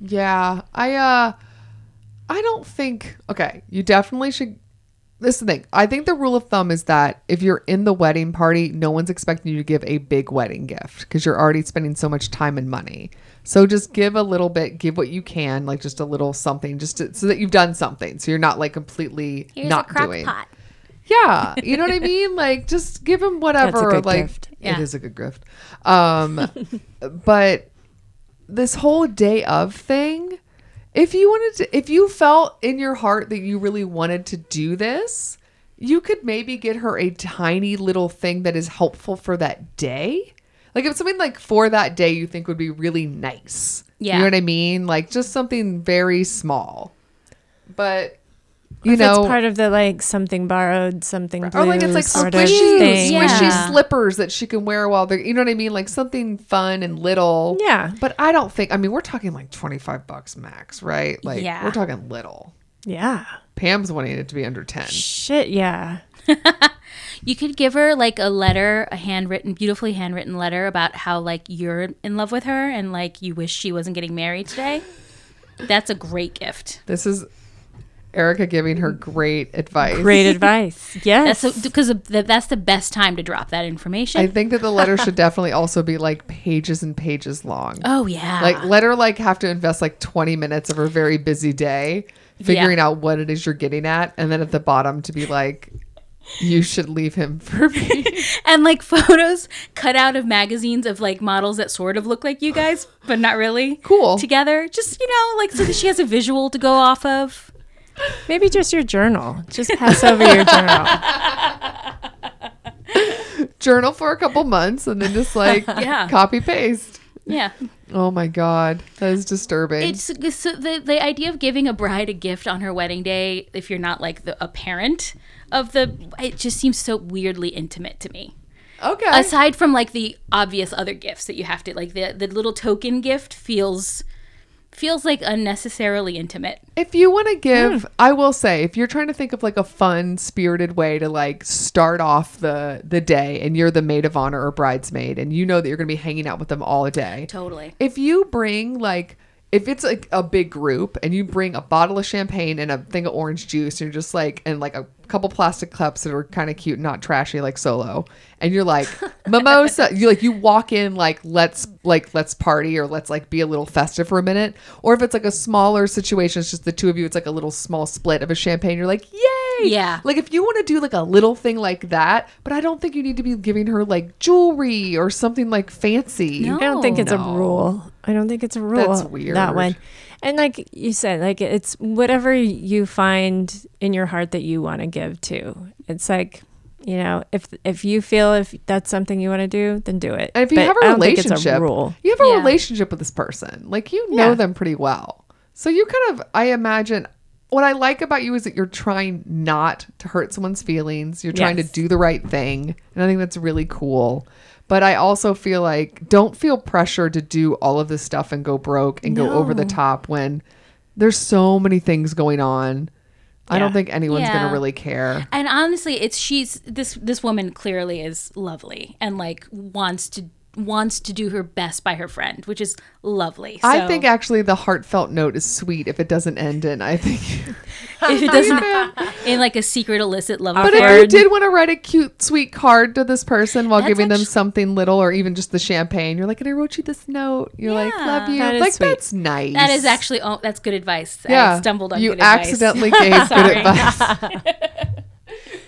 Speaker 2: Yeah, I uh I don't think okay, you definitely should this is the thing. I think the rule of thumb is that if you're in the wedding party, no one's expecting you to give a big wedding gift because you're already spending so much time and money. So just give a little bit, give what you can, like just a little something, just to, so that you've done something. So you're not like completely
Speaker 1: Here's
Speaker 2: not
Speaker 1: a crock
Speaker 2: doing.
Speaker 1: pot.
Speaker 2: Yeah,
Speaker 3: <laughs>
Speaker 2: you know what I mean. Like, just give him whatever.
Speaker 3: good
Speaker 2: like,
Speaker 3: gift.
Speaker 1: Yeah.
Speaker 2: it is a good gift.
Speaker 3: <laughs>
Speaker 2: Um, but this whole day of thing, if you wanted to, if you felt in your heart that you really wanted to do this, you could maybe get her a tiny little thing that is helpful for that day. Like, if something like for that day you think would be really nice.
Speaker 1: Yeah.
Speaker 2: you know what I mean. Like, just something very small, but. You
Speaker 3: If
Speaker 2: know,
Speaker 3: it's part of the like something borrowed, something blue,
Speaker 2: or like it's like
Speaker 3: sort
Speaker 2: squishy,
Speaker 3: of thing.
Speaker 1: Yeah.
Speaker 2: squishy slippers that she can wear while they're, you know what I mean? Like something fun and little.
Speaker 3: Yeah.
Speaker 2: But I don't think, I mean, we're talking like 25 bucks max, right? Like
Speaker 1: Yeah.
Speaker 2: we're talking little.
Speaker 3: Yeah.
Speaker 2: Pam's wanting it to be under 10.
Speaker 3: Shit, yeah.
Speaker 1: You could give her like a letter, a handwritten, beautifully handwritten letter about how like you're in love with her and like you wish she wasn't getting married today. That's a great gift.
Speaker 2: This is Erica giving her great
Speaker 3: <laughs>
Speaker 2: advice.
Speaker 3: Great advice. Yes.
Speaker 1: That's because that's the best time to drop that information.
Speaker 2: I think that
Speaker 3: <laughs>
Speaker 2: the letter should definitely also be like pages and pages long.
Speaker 1: oh yeah,
Speaker 2: Like let her like have to invest like 20 minutes of her very busy day figuring out what it is you're getting at and then at the bottom to be like you should leave him <laughs> for me.
Speaker 1: <laughs> and like photos cut out of magazines of like models that sort of look like you guys, but not really.
Speaker 2: Cool.
Speaker 1: Together, just you know, like so that she has a visual to go off of.
Speaker 3: Maybe just your journal. Just pass over your
Speaker 2: <laughs>
Speaker 3: journal.
Speaker 2: journal for a couple months and then just like
Speaker 1: <laughs> Yeah.
Speaker 2: copy paste.
Speaker 1: Yeah,
Speaker 2: Oh my god, that is disturbing.
Speaker 1: it's so the the idea of giving a bride a gift on her wedding day, if you're not like the, a parent of the, it just seems so weirdly intimate to me.
Speaker 2: okay.
Speaker 1: aside from like the obvious other gifts that you have to like the the little token gift feels feels like unnecessarily intimate
Speaker 2: if you want to give,
Speaker 1: Hmm.
Speaker 2: I will say, if you're trying to think of like a fun, spirited way to like start off the the day, and you're the maid of honor or bridesmaid, and you know that you're going to be hanging out with them all day.
Speaker 1: totally
Speaker 2: If you bring like if it's like a big group and you bring a bottle of champagne and a thing of orange juice, and you're just like and like a couple plastic cups that are kind of cute, not trashy, like solo, and you're
Speaker 1: <laughs>
Speaker 2: like mimosa. You like you walk in like let's like let's party or let's like be a little festive for a minute. Or if it's like a smaller situation, it's just the two of you. It's like a little small split of a champagne. You're like yay,
Speaker 1: Yeah.
Speaker 2: Like if you want to do like a little thing like that, but I don't think you need to be giving her like jewelry or something like fancy.
Speaker 1: No.
Speaker 3: I don't think it's
Speaker 2: No.
Speaker 3: a rule. I don't think it's a rule.
Speaker 2: That's
Speaker 3: That
Speaker 2: weird.
Speaker 3: one. And like you said, like it's whatever you find in your heart that you want to give to. It's like, you know, if if you feel if that's something you want to do, then do it.
Speaker 2: And if you
Speaker 3: But
Speaker 2: have
Speaker 3: I
Speaker 2: a
Speaker 3: don't think
Speaker 2: relationship,
Speaker 3: it's a rule.
Speaker 2: you have a
Speaker 1: Yeah.
Speaker 2: relationship with this person. Like you know
Speaker 3: Yeah.
Speaker 2: them pretty well. So you kind of, I imagine, what I like about you is that you're trying not to hurt someone's feelings. You're trying
Speaker 3: Yes.
Speaker 2: to do the right thing. And I think that's really cool. But I also feel like don't feel pressure to do all of this stuff and go broke and go over the top when there's so many things going on. I don't
Speaker 3: Yeah.
Speaker 2: think anyone's going
Speaker 1: Yeah.
Speaker 2: to really care.
Speaker 1: And honestly, it's she's this this woman clearly is lovely and like wants to wants to do her best by her friend, which is lovely.
Speaker 2: I
Speaker 1: So
Speaker 2: think actually the heartfelt note is sweet if it doesn't end in I
Speaker 1: <laughs>
Speaker 2: think Eh. <laughs>
Speaker 1: if it doesn't in like a secret illicit love
Speaker 2: But
Speaker 1: affair.
Speaker 2: if you
Speaker 3: Card.
Speaker 2: did want to write a cute, sweet card to this person while
Speaker 1: That's
Speaker 2: giving them
Speaker 1: actu-
Speaker 2: something little or even just the champagne, you're like, and I wrote you this note. You're like,
Speaker 1: Yeah.
Speaker 2: love you.
Speaker 3: That is
Speaker 2: like,
Speaker 3: sweet.
Speaker 2: that's nice.
Speaker 1: that is actually oh, that's good advice. I stumbled on
Speaker 2: You
Speaker 1: good advice. <laughs>
Speaker 2: accidentally gave good advice.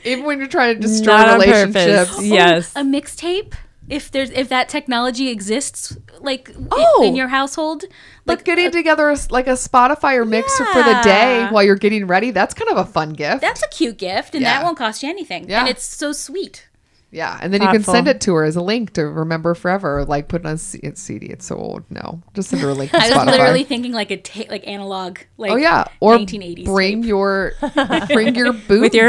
Speaker 2: even when you're trying to destroy
Speaker 3: Not on
Speaker 2: relationships.
Speaker 3: purpose. Yes.
Speaker 1: a mixtape if there's if that technology exists like i-
Speaker 2: Oh.
Speaker 1: in your household
Speaker 2: Like
Speaker 1: like
Speaker 2: getting together a, like a Spotify or mixer for the day
Speaker 1: Yeah.
Speaker 2: while you're getting ready, that's kind of a fun gift.
Speaker 1: that's a cute gift and
Speaker 2: Yeah.
Speaker 1: that won't cost you anything
Speaker 2: Yeah.
Speaker 1: and it's so sweet
Speaker 2: yeah, and then you can
Speaker 3: Thoughtful.
Speaker 2: send it to her as a link to remember forever. Like put it on a C- it's CD. It's so old. No, just send her a link. To
Speaker 1: i was
Speaker 2: Spotify.
Speaker 1: literally thinking like a ta- like analog like
Speaker 2: Oh yeah, or
Speaker 1: 1980s
Speaker 3: <laughs>
Speaker 2: bring your bring your boot
Speaker 3: with your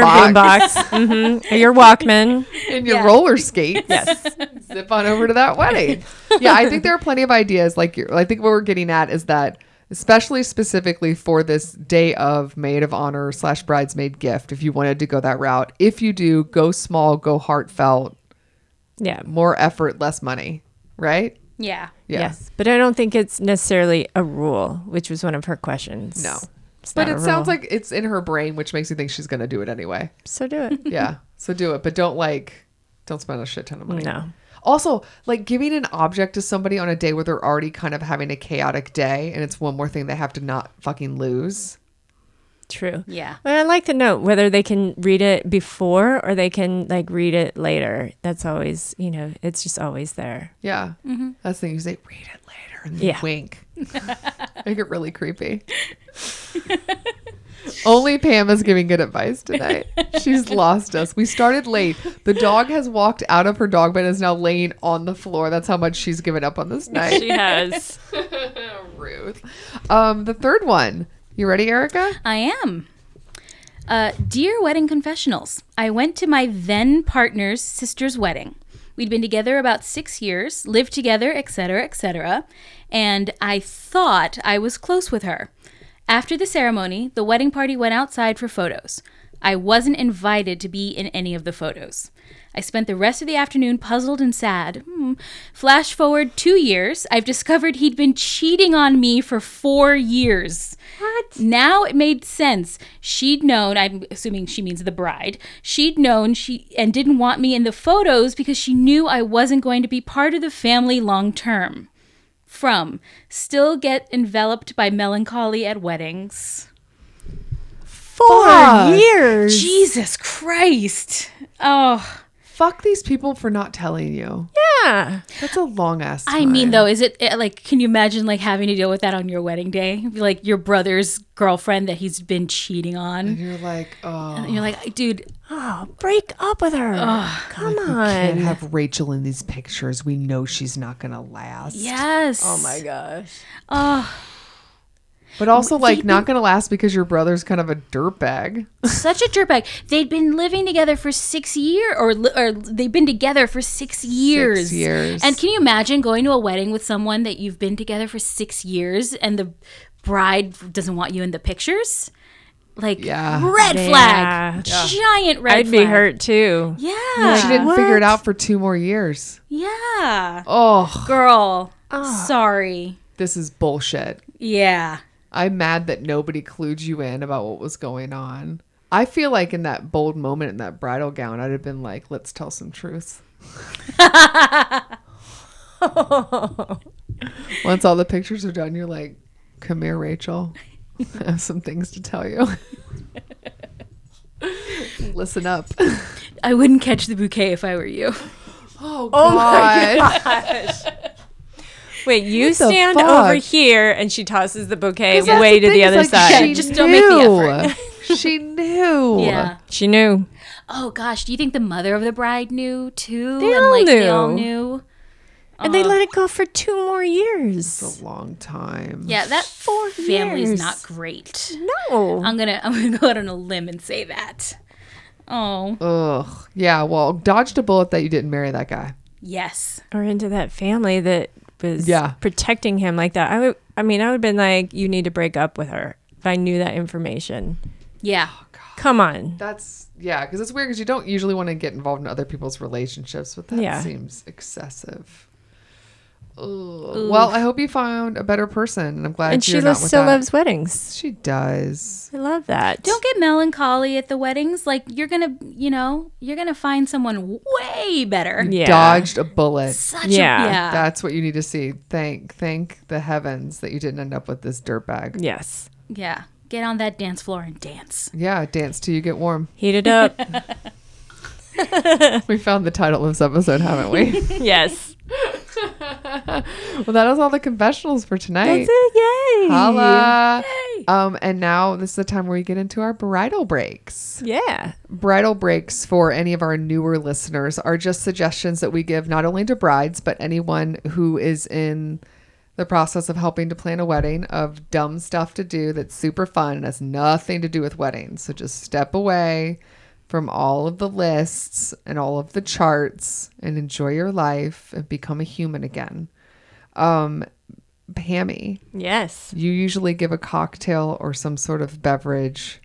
Speaker 3: <laughs>
Speaker 2: box
Speaker 3: boombox, mm-hmm. your Walkman.
Speaker 2: and your
Speaker 1: Yeah.
Speaker 2: roller skates.
Speaker 3: Yes.
Speaker 2: <laughs> zip on over to that wedding. yeah, I think there are plenty of ideas. Like you're, I think what we're getting at is that, especially specifically for this day of maid of honor slash bridesmaid gift, if you wanted to go that route, if you do, go small, go heartfelt,
Speaker 3: Yeah.
Speaker 2: more effort, less money, right?
Speaker 1: yeah
Speaker 2: Yeah.
Speaker 3: Yes. But I don't think it's necessarily a rule, which was one of her questions.
Speaker 2: No.
Speaker 3: It's
Speaker 2: But
Speaker 3: not
Speaker 2: it
Speaker 3: a
Speaker 2: sounds
Speaker 3: rule.
Speaker 2: like it's in her brain, which makes you think she's going to do it anyway.
Speaker 3: so do it.
Speaker 2: <laughs>
Speaker 3: <laughs>
Speaker 2: yeah. So do it, but don't like don't spend a shit ton of money.
Speaker 3: No.
Speaker 2: Also, like giving an object to somebody on a day where they're already kind of having a chaotic day and it's one more thing they have to not fucking lose.
Speaker 3: True.
Speaker 1: yeah
Speaker 3: But I like to know whether they can read it before or they can like read it later. That's always, you know, it's just always there.
Speaker 2: Yeah. That's the thing you say, read it later and then
Speaker 3: Yeah.
Speaker 2: wink. I get really creepy. <laughs> Only Pam is giving good advice tonight. She's lost us. We started late. The dog has walked out of her dog bed and is now laying on the floor. That's how much she's given up on this night.
Speaker 3: She <laughs> has.
Speaker 2: Ruth. Um, the third one. You ready, Erica?
Speaker 1: I am. Uh, Dear Wedding Confessionals, I went to my then partner's sister's wedding. We'd been together about six years, lived together, etc., etc., and I thought I was close with her. After the ceremony, the wedding party went outside for photos. I wasn't invited to be in any of the photos. I spent the rest of the afternoon puzzled and sad. Hmm. Flash forward two years, I've discovered he'd been cheating on me for four years. What? Now it made sense. She'd known, I'm assuming she means the bride, she'd known she and didn't want me in the photos because she knew I wasn't going to be part of the family long term. From still get enveloped by melancholy at weddings.
Speaker 3: Four
Speaker 2: Fuck.
Speaker 3: years.
Speaker 1: Jesus Christ. Oh,
Speaker 2: Fuck these people for not telling you.
Speaker 3: Yeah.
Speaker 2: That's a long ass.
Speaker 1: I mean, though, is it eh, like, can you imagine like having to deal with that on your wedding day? Like your brother's girlfriend that he's been cheating on.
Speaker 2: You're like, oh,
Speaker 1: And you're like, dude,
Speaker 3: Oh, break up with her. Come
Speaker 2: can't
Speaker 3: on.
Speaker 2: have Rachel in these pictures. We know she's not gonna last.
Speaker 1: yes. Oh
Speaker 3: my gosh.
Speaker 2: But also, like, not gonna last because your brother's kind of a dirtbag.
Speaker 1: such a dirtbag. They'd been living together for six years, or li- or they've been together for six years.
Speaker 2: years.
Speaker 1: And can you imagine going to a wedding with someone that you've been together for six years, and the bride doesn't want you in the pictures? Like
Speaker 2: Yeah.
Speaker 1: red flag,
Speaker 3: Yeah.
Speaker 1: giant red.
Speaker 3: I'd
Speaker 1: flag.
Speaker 3: be hurt too.
Speaker 1: Yeah,
Speaker 2: She didn't figure it out for two more years.
Speaker 1: yeah,
Speaker 2: Oh, Ah.
Speaker 1: girl. Sorry.
Speaker 2: this is bullshit.
Speaker 1: Yeah.
Speaker 2: I'm mad that nobody clued you in about what was going on. I feel like in that bold moment in that bridal gown, I'd have been like, let's tell some truths.
Speaker 3: <laughs>
Speaker 2: Once all the pictures are done, you're like, come here, Rachel. I have some things to tell you. <laughs> Listen up.
Speaker 1: I wouldn't catch the bouquet if I were you.
Speaker 2: Oh, God.
Speaker 3: Wait, you
Speaker 2: the
Speaker 3: stand
Speaker 2: fuck?
Speaker 3: over here and she tosses the bouquet
Speaker 2: 'Cause that's
Speaker 3: way
Speaker 2: the
Speaker 3: to
Speaker 2: thing,
Speaker 3: the
Speaker 2: it's
Speaker 3: other
Speaker 2: like,
Speaker 3: side.
Speaker 1: she- Just don't make the <laughs>
Speaker 2: knew. she knew.
Speaker 1: Yeah.
Speaker 3: she knew.
Speaker 1: Oh gosh, do you think the mother of the bride knew too?
Speaker 3: all
Speaker 1: They all
Speaker 3: knew.
Speaker 1: knew.
Speaker 3: And they let it go for two more years.
Speaker 2: It's a long time.
Speaker 1: Yeah, that
Speaker 3: Four
Speaker 1: family's
Speaker 3: years.
Speaker 1: not great.
Speaker 3: No.
Speaker 1: I'm gonna <laughs> I'm gonna go out on a limb and say that. Oh
Speaker 2: Ugh. Yeah. Well, dodged a bullet that you didn't marry that guy.
Speaker 1: yes,
Speaker 3: or into that family that was
Speaker 2: Yeah.
Speaker 3: protecting him like that. I would I mean, I would have been like, you need to break up with her if I knew that information.
Speaker 1: yeah,
Speaker 3: Come on.
Speaker 2: That's yeah, because it's weird because you don't usually want to get involved in other people's relationships, but that
Speaker 3: Yeah.
Speaker 2: seems excessive. Ugh. Well, I hope you found a better person, and I'm glad
Speaker 3: And she
Speaker 2: you're
Speaker 3: lo-
Speaker 2: not with
Speaker 3: still
Speaker 2: that.
Speaker 3: loves weddings.
Speaker 2: She does.
Speaker 3: I love that.
Speaker 1: Don't get melancholy at the weddings. Like you're gonna, you know, you're gonna find someone way better.
Speaker 3: yeah.
Speaker 2: Dodged a bullet.
Speaker 1: Such
Speaker 3: Yeah.
Speaker 1: a yeah.
Speaker 2: That's what you need to see. Thank, thank the heavens that you didn't end up with this dirtbag.
Speaker 3: Yes.
Speaker 1: yeah. Get on that dance floor and dance.
Speaker 2: Yeah, dance till you
Speaker 3: <laughs>
Speaker 2: get warm.
Speaker 3: Heat it
Speaker 2: <laughs>
Speaker 3: up.
Speaker 2: We found the title of this episode,
Speaker 3: <laughs>
Speaker 2: haven't we?
Speaker 3: yes.
Speaker 2: well, that was all the confessionals for tonight.
Speaker 3: That's it. Yay.
Speaker 2: Holla. Um, and now this is the time where we get into our bridal breaks.
Speaker 3: Yeah.
Speaker 2: Bridal breaks for any of our newer listeners are just suggestions that we give not only to brides, but anyone who is in the process of helping to plan a wedding of dumb stuff to do that's super fun and has nothing to do with weddings. So just step away from all of the lists and all of the charts and enjoy your life and become a human again. Um, Pammy,
Speaker 3: Yes.
Speaker 2: you usually give a cocktail or some sort of beverage.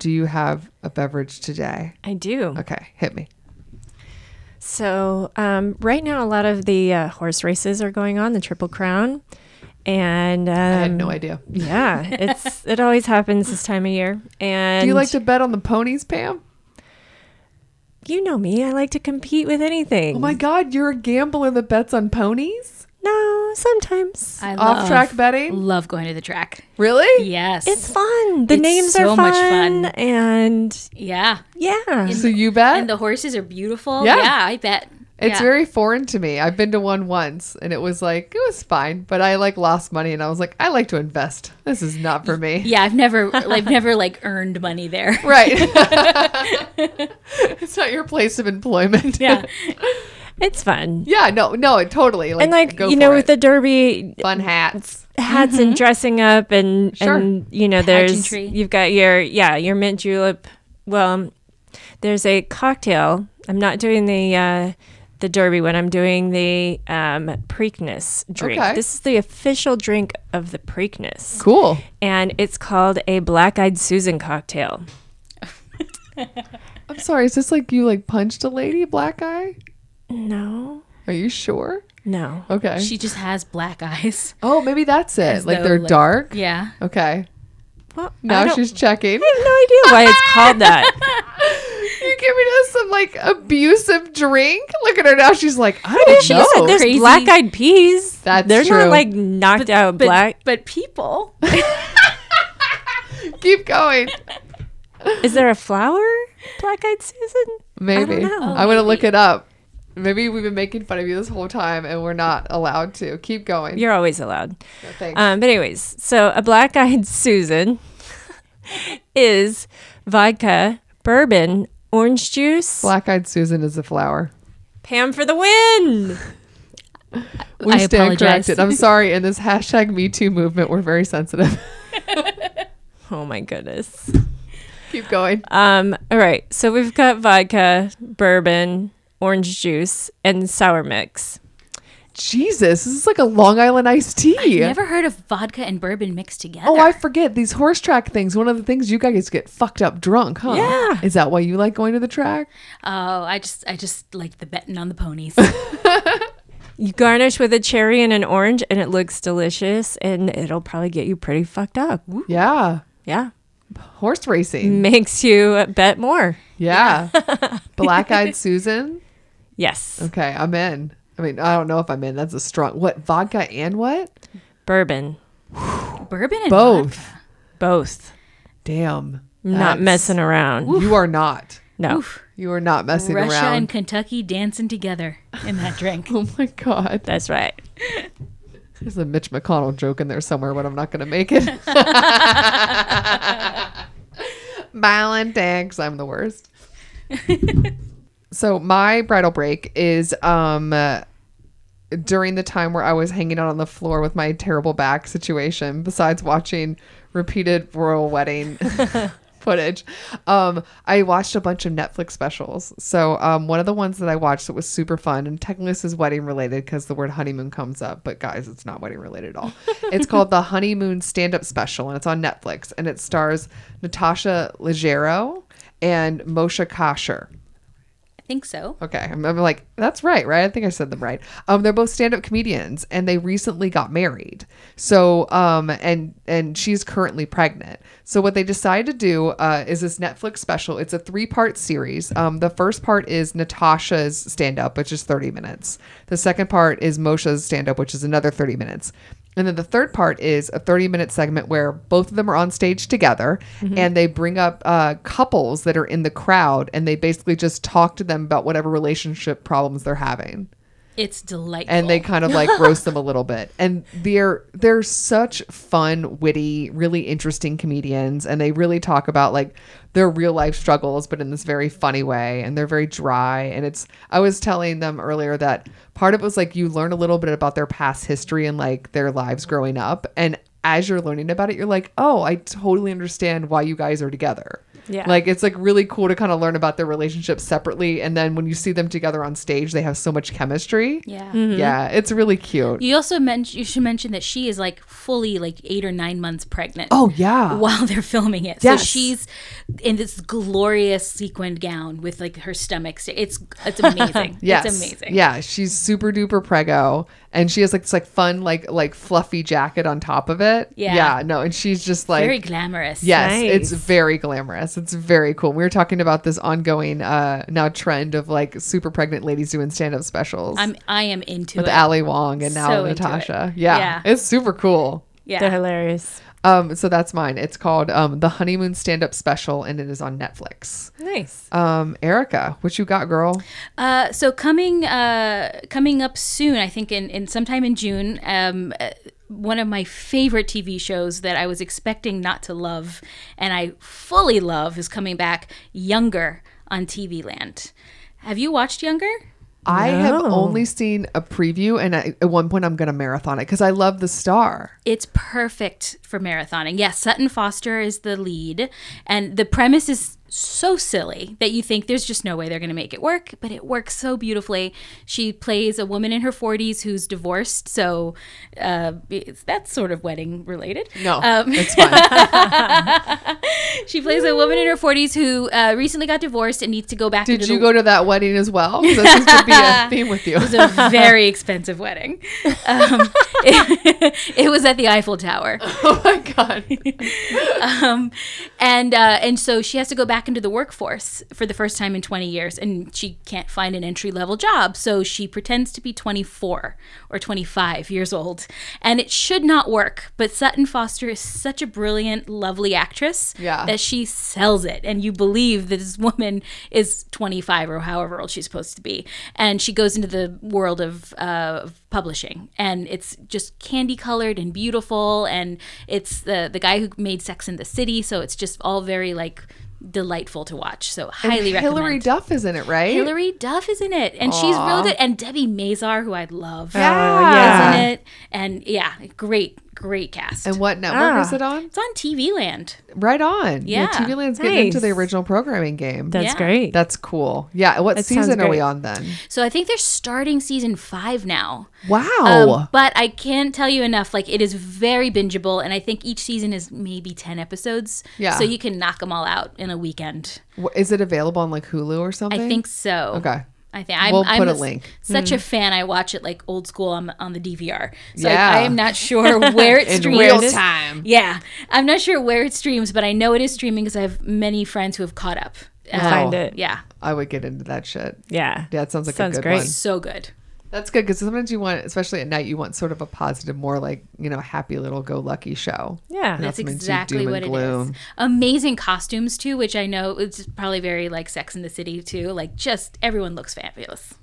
Speaker 2: Do you have a beverage today?
Speaker 3: I do.
Speaker 2: Okay, hit me.
Speaker 3: So, um, right now, a lot of the uh, horse races are going on, the Triple Crown. And um,
Speaker 2: I had no idea.
Speaker 3: yeah,
Speaker 2: <laughs>
Speaker 3: it's it always happens this time of year. And
Speaker 2: Do you like to bet on the ponies, Pam?
Speaker 3: You know me. I like to compete with anything.
Speaker 2: Oh my God, you're a gambler that bets on ponies?
Speaker 3: No, sometimes
Speaker 1: I
Speaker 2: Off track betting?
Speaker 1: Love going to the track.
Speaker 2: Really?
Speaker 1: Yes.
Speaker 3: it's fun. The
Speaker 1: It's
Speaker 3: names
Speaker 1: so
Speaker 3: are fun,
Speaker 1: much fun.
Speaker 3: and
Speaker 1: yeah.
Speaker 3: yeah,
Speaker 2: So you bet?
Speaker 1: And the horses are beautiful.
Speaker 2: Yeah.
Speaker 1: Yeah, I bet.
Speaker 2: It's
Speaker 1: yeah.
Speaker 2: very foreign to me. I've been to one once and it was like, it was fine, but I like lost money and I was like, I like to invest. This is not for me.
Speaker 1: Yeah, I've never I've never like earned money there.
Speaker 3: <laughs>
Speaker 2: <laughs> Right. it's not your place of employment. <laughs>
Speaker 1: Yeah.
Speaker 3: it's fun.
Speaker 2: Yeah, no, no, it totally. Like,
Speaker 3: and like
Speaker 2: go
Speaker 3: you
Speaker 2: for
Speaker 3: know,
Speaker 2: it.
Speaker 3: with the derby <laughs>
Speaker 2: fun hats.
Speaker 3: hats and dressing up, and
Speaker 2: Sure.
Speaker 3: and you know, there's
Speaker 1: Pageantry.
Speaker 3: you've got your yeah your mint julep. Well, there's a cocktail. I'm not doing the. Uh, the Derby one. I'm doing the um, Preakness drink.
Speaker 2: Okay.
Speaker 3: This is the official drink of the Preakness.
Speaker 2: Cool.
Speaker 3: and it's called a black eyed Susan cocktail.
Speaker 2: I'm sorry. Is this like you like punched a lady black eye?
Speaker 3: No,
Speaker 2: Are you sure?
Speaker 3: no.
Speaker 2: Okay.
Speaker 1: She just has black eyes.
Speaker 2: oh, maybe that's it. Like
Speaker 1: though,
Speaker 2: they're
Speaker 1: like-
Speaker 2: dark.
Speaker 1: Yeah.
Speaker 2: Okay.
Speaker 3: Well, I,
Speaker 2: Now
Speaker 3: don't-
Speaker 2: she's <laughs> checking.
Speaker 3: I have no idea why it's called that.
Speaker 2: You're giving us some like abusive drink. Look at her now. She's like, I don't
Speaker 1: she
Speaker 2: know.
Speaker 1: said
Speaker 3: There's
Speaker 1: Crazy.
Speaker 3: black eyed peas.
Speaker 2: Oh, That's
Speaker 3: They're
Speaker 2: true.
Speaker 3: not like knocked out
Speaker 1: But,
Speaker 3: black.
Speaker 1: but people
Speaker 2: <laughs> Keep going.
Speaker 3: Is there a flower? Black eyed Susan?
Speaker 2: Maybe.
Speaker 3: know. Oh,
Speaker 2: I'm gonna look it up. Maybe we've been making fun of you this whole time and we're not allowed to. Keep going.
Speaker 3: You're always allowed.
Speaker 2: Thanks.
Speaker 3: Um, but anyways, so a black eyed Susan is vodka, bourbon, orange juice,
Speaker 2: Black eyed Susan is a flower.
Speaker 3: Pam for the win.
Speaker 2: We
Speaker 1: I
Speaker 2: stand
Speaker 1: apologize.
Speaker 2: corrected. I'm sorry. In this hashtag Me Too movement, we're very sensitive. <laughs>
Speaker 3: Oh my goodness.
Speaker 2: Keep going.
Speaker 3: Um, all right. So we've got vodka, bourbon, orange juice, and sour mix.
Speaker 2: Jesus, this is like a Long Island iced tea.
Speaker 1: never heard of vodka and bourbon mixed together.
Speaker 2: oh, I forget these horse track things. One of the things you guys get fucked up drunk, huh?
Speaker 3: Yeah.
Speaker 2: Is that why you like going to the track?
Speaker 1: Oh, I just I just like the betting on
Speaker 2: <laughs>
Speaker 1: the ponies.
Speaker 3: You garnish with a cherry and an orange, and it looks delicious, and it'll probably get you pretty fucked up.
Speaker 2: Yeah.
Speaker 3: Yeah.
Speaker 2: Horse
Speaker 3: Mm.
Speaker 2: racing.
Speaker 3: Makes you bet more.
Speaker 2: Yeah.
Speaker 3: <laughs>
Speaker 2: Black eyed Susan.
Speaker 3: Yes.
Speaker 2: Okay, I'm in. I mean, I don't know if I'm in. That's a strong. What, vodka and what?
Speaker 3: Bourbon.
Speaker 1: bourbon and
Speaker 2: Both.
Speaker 1: vodka.
Speaker 3: Both.
Speaker 2: Damn.
Speaker 3: Not
Speaker 2: That's-
Speaker 3: messing around.
Speaker 2: You are not.
Speaker 3: No.
Speaker 2: You are not messing
Speaker 1: Russia
Speaker 2: around.
Speaker 1: and Kentucky dancing together in that drink.
Speaker 2: <laughs> oh my God.
Speaker 3: That's right.
Speaker 2: There's a Mitch McConnell joke in there somewhere, but I'm not going to make it. Violent tags. I'm the worst. so my bridal break is um uh, during the time where I was hanging out on the floor with my terrible back situation, besides watching repeated royal wedding <laughs> footage, um, I watched a bunch of Netflix specials. So um, one of the ones that I watched that was super fun, and technically this is wedding related because the word honeymoon comes up, but guys, it's not wedding related at all. it's called the Honeymoon Stand Up Special, and it's on Netflix, and it stars Natasha Leggero and Moshe Kasher.
Speaker 1: I think so.
Speaker 2: Okay, I'm, I'm like that's right, right? I think I said them right. Um, they're both stand-up comedians, and they recently got married. So, um, and and she's currently pregnant. So what they decided to do uh, is this Netflix special. It's a three-part series. Um, the first part is Natasha's stand-up, which is 30 minutes. The second part is Moshe's stand-up, which is another 30 minutes. And then the third part is a 30 minute segment where both of them are on stage together and they bring up uh, couples that are in the crowd and they basically just talk to them about whatever relationship problems they're having.
Speaker 1: It's delightful.
Speaker 2: And they kind of like roast them a little bit. And they're they're such fun, witty, really interesting comedians and they really talk about like their real life struggles but in this very funny way and they're very dry and it's I was telling them earlier that part of it was like you learn a little bit about their past history and like their lives growing up and as you're learning about it you're like, "Oh, I totally understand why you guys are together."
Speaker 3: Yeah.
Speaker 2: Like it's like really cool to kind of learn about their relationship separately and then when you see them together on stage, they have so much chemistry.
Speaker 1: yeah.
Speaker 2: Yeah, it's really cute.
Speaker 1: Mm-hmm. You also mentioned you should mention that she is like fully like eight or nine months pregnant.
Speaker 2: Oh yeah.
Speaker 1: While they're filming it,
Speaker 2: Yes.
Speaker 1: so she's in this glorious sequined gown with like her stomach. sta- It's
Speaker 2: <laughs>
Speaker 1: it's amazing.
Speaker 2: Yes.
Speaker 1: it's amazing.
Speaker 2: Yeah, she's super duper prego and she has like this like fun like like fluffy jacket on top of it.
Speaker 1: Yeah.
Speaker 2: Yeah, no, and she's just like
Speaker 1: very glamorous.
Speaker 2: Yes, it's
Speaker 3: Nice.
Speaker 2: very glamorous. It's very cool. We were talking about this ongoing uh now trend of like super pregnant ladies doing stand-up specials
Speaker 1: I'm I am into
Speaker 2: with
Speaker 1: it.
Speaker 2: Ali Wong and now
Speaker 1: So into it.
Speaker 2: Natasha. Yeah,
Speaker 1: Yeah.
Speaker 2: It's super cool.
Speaker 1: yeah,
Speaker 3: They're hilarious.
Speaker 2: Um so that's mine. It's called um The Honeymoon Stand-Up Special and it is on Netflix.
Speaker 3: Nice.
Speaker 2: Um Erica, what you got, girl?
Speaker 1: Uh, so coming uh, coming up soon, I think in, in sometime in June. Um, uh, one of my favorite TV shows that I was expecting not to love, and I fully love, is coming back. Younger on TV Land. Have you watched Younger?
Speaker 2: I have
Speaker 3: No.
Speaker 2: only seen a preview, and I, at one point I'm going to marathon it because I love the star.
Speaker 1: It's perfect for marathoning. Yes, Sutton Foster is the lead, and the premise is so silly that you think there's just no way they're going to make it work, but it works so beautifully. She plays a woman in her 40s who's divorced, so uh, it's, that's sort of wedding related.
Speaker 2: No,
Speaker 3: <laughs>
Speaker 1: Um, <laughs>
Speaker 2: it's fine.
Speaker 1: she plays a woman in her 40s who uh, recently got divorced and needs to go back
Speaker 2: Did
Speaker 1: into
Speaker 2: you
Speaker 1: the
Speaker 2: go to that wedding as well? 'Cause That seems to be
Speaker 1: <laughs>
Speaker 2: a theme with you.
Speaker 1: It was a very <laughs> expensive wedding. Um, <laughs> it, it was at the Eiffel Tower.
Speaker 2: <laughs> oh my
Speaker 1: <laughs>
Speaker 2: god!
Speaker 1: um, and uh, and so she has to go back into the workforce for the first time in 20 years, and she can't find an entry level job, so she pretends to be 24 or 25 years old, and it should not work. But Sutton Foster is such a brilliant, lovely actress
Speaker 2: Yeah.
Speaker 1: that she sells it, and you believe that this woman is 25 or however old she's supposed to be, and she goes into the world of, uh, of publishing, and it's just candy colored and beautiful, and it's the the guy who made Sex in the City, so it's just all very like delightful to watch. So highly recommend.
Speaker 2: Hillary Duff is in it, right?
Speaker 1: Hilary Duff is in it, and she's
Speaker 2: Aw.
Speaker 1: really good. And Debbie Mazar, who I love,
Speaker 3: Uh,
Speaker 2: yeah.
Speaker 1: is in it, and yeah, great, great cast.
Speaker 2: And what network
Speaker 3: Ah.
Speaker 2: is it on?
Speaker 1: it's on TV Land.
Speaker 2: Right on.
Speaker 1: Yeah.
Speaker 2: TV Land's getting into the
Speaker 3: Nice.
Speaker 2: original programming game.
Speaker 3: That's
Speaker 1: yeah.
Speaker 3: great.
Speaker 2: That's cool. Yeah. What
Speaker 3: That sounds
Speaker 2: season are we
Speaker 3: great.
Speaker 2: on then?
Speaker 1: So I think they're starting season five now. Um,
Speaker 2: Wow.
Speaker 1: but I can't tell you enough. Like it is very bingeable, and I think each season is maybe ten episodes.
Speaker 2: Yeah.
Speaker 1: So you can knock them all out in a weekend.
Speaker 2: Wh- is it available on like Hulu or something?
Speaker 1: I think so.
Speaker 2: Okay.
Speaker 1: I think I'm,
Speaker 2: We'll
Speaker 1: I'm
Speaker 2: put a
Speaker 1: s-
Speaker 2: link. Hmm.
Speaker 1: Such a fan. I watch it like old school on, on the DVR. So I-
Speaker 2: Yeah.
Speaker 1: I, am not sure
Speaker 2: <laughs>
Speaker 1: where it
Speaker 2: In
Speaker 1: streams.
Speaker 2: real time.
Speaker 1: Yeah, I'm not sure where it streams, but I know it is streaming because I have many friends who have caught up. Uh,
Speaker 3: Find
Speaker 2: Oh.
Speaker 3: it.
Speaker 1: yeah,
Speaker 2: I would get into that shit.
Speaker 3: Yeah.
Speaker 2: Yeah, it sounds like a
Speaker 3: Sounds
Speaker 2: good
Speaker 3: great.
Speaker 2: one.
Speaker 1: so good.
Speaker 2: That's good because sometimes you want, especially at night, you want sort of a positive, more like you know, happy little go lucky show.
Speaker 3: Yeah.
Speaker 1: That's
Speaker 2: That's meant to
Speaker 1: exactly
Speaker 2: doom
Speaker 1: what
Speaker 2: and
Speaker 1: it
Speaker 2: gloom.
Speaker 1: is. Amazing costumes too, which I know it's probably very like Sex in the City too. Like just everyone looks fabulous.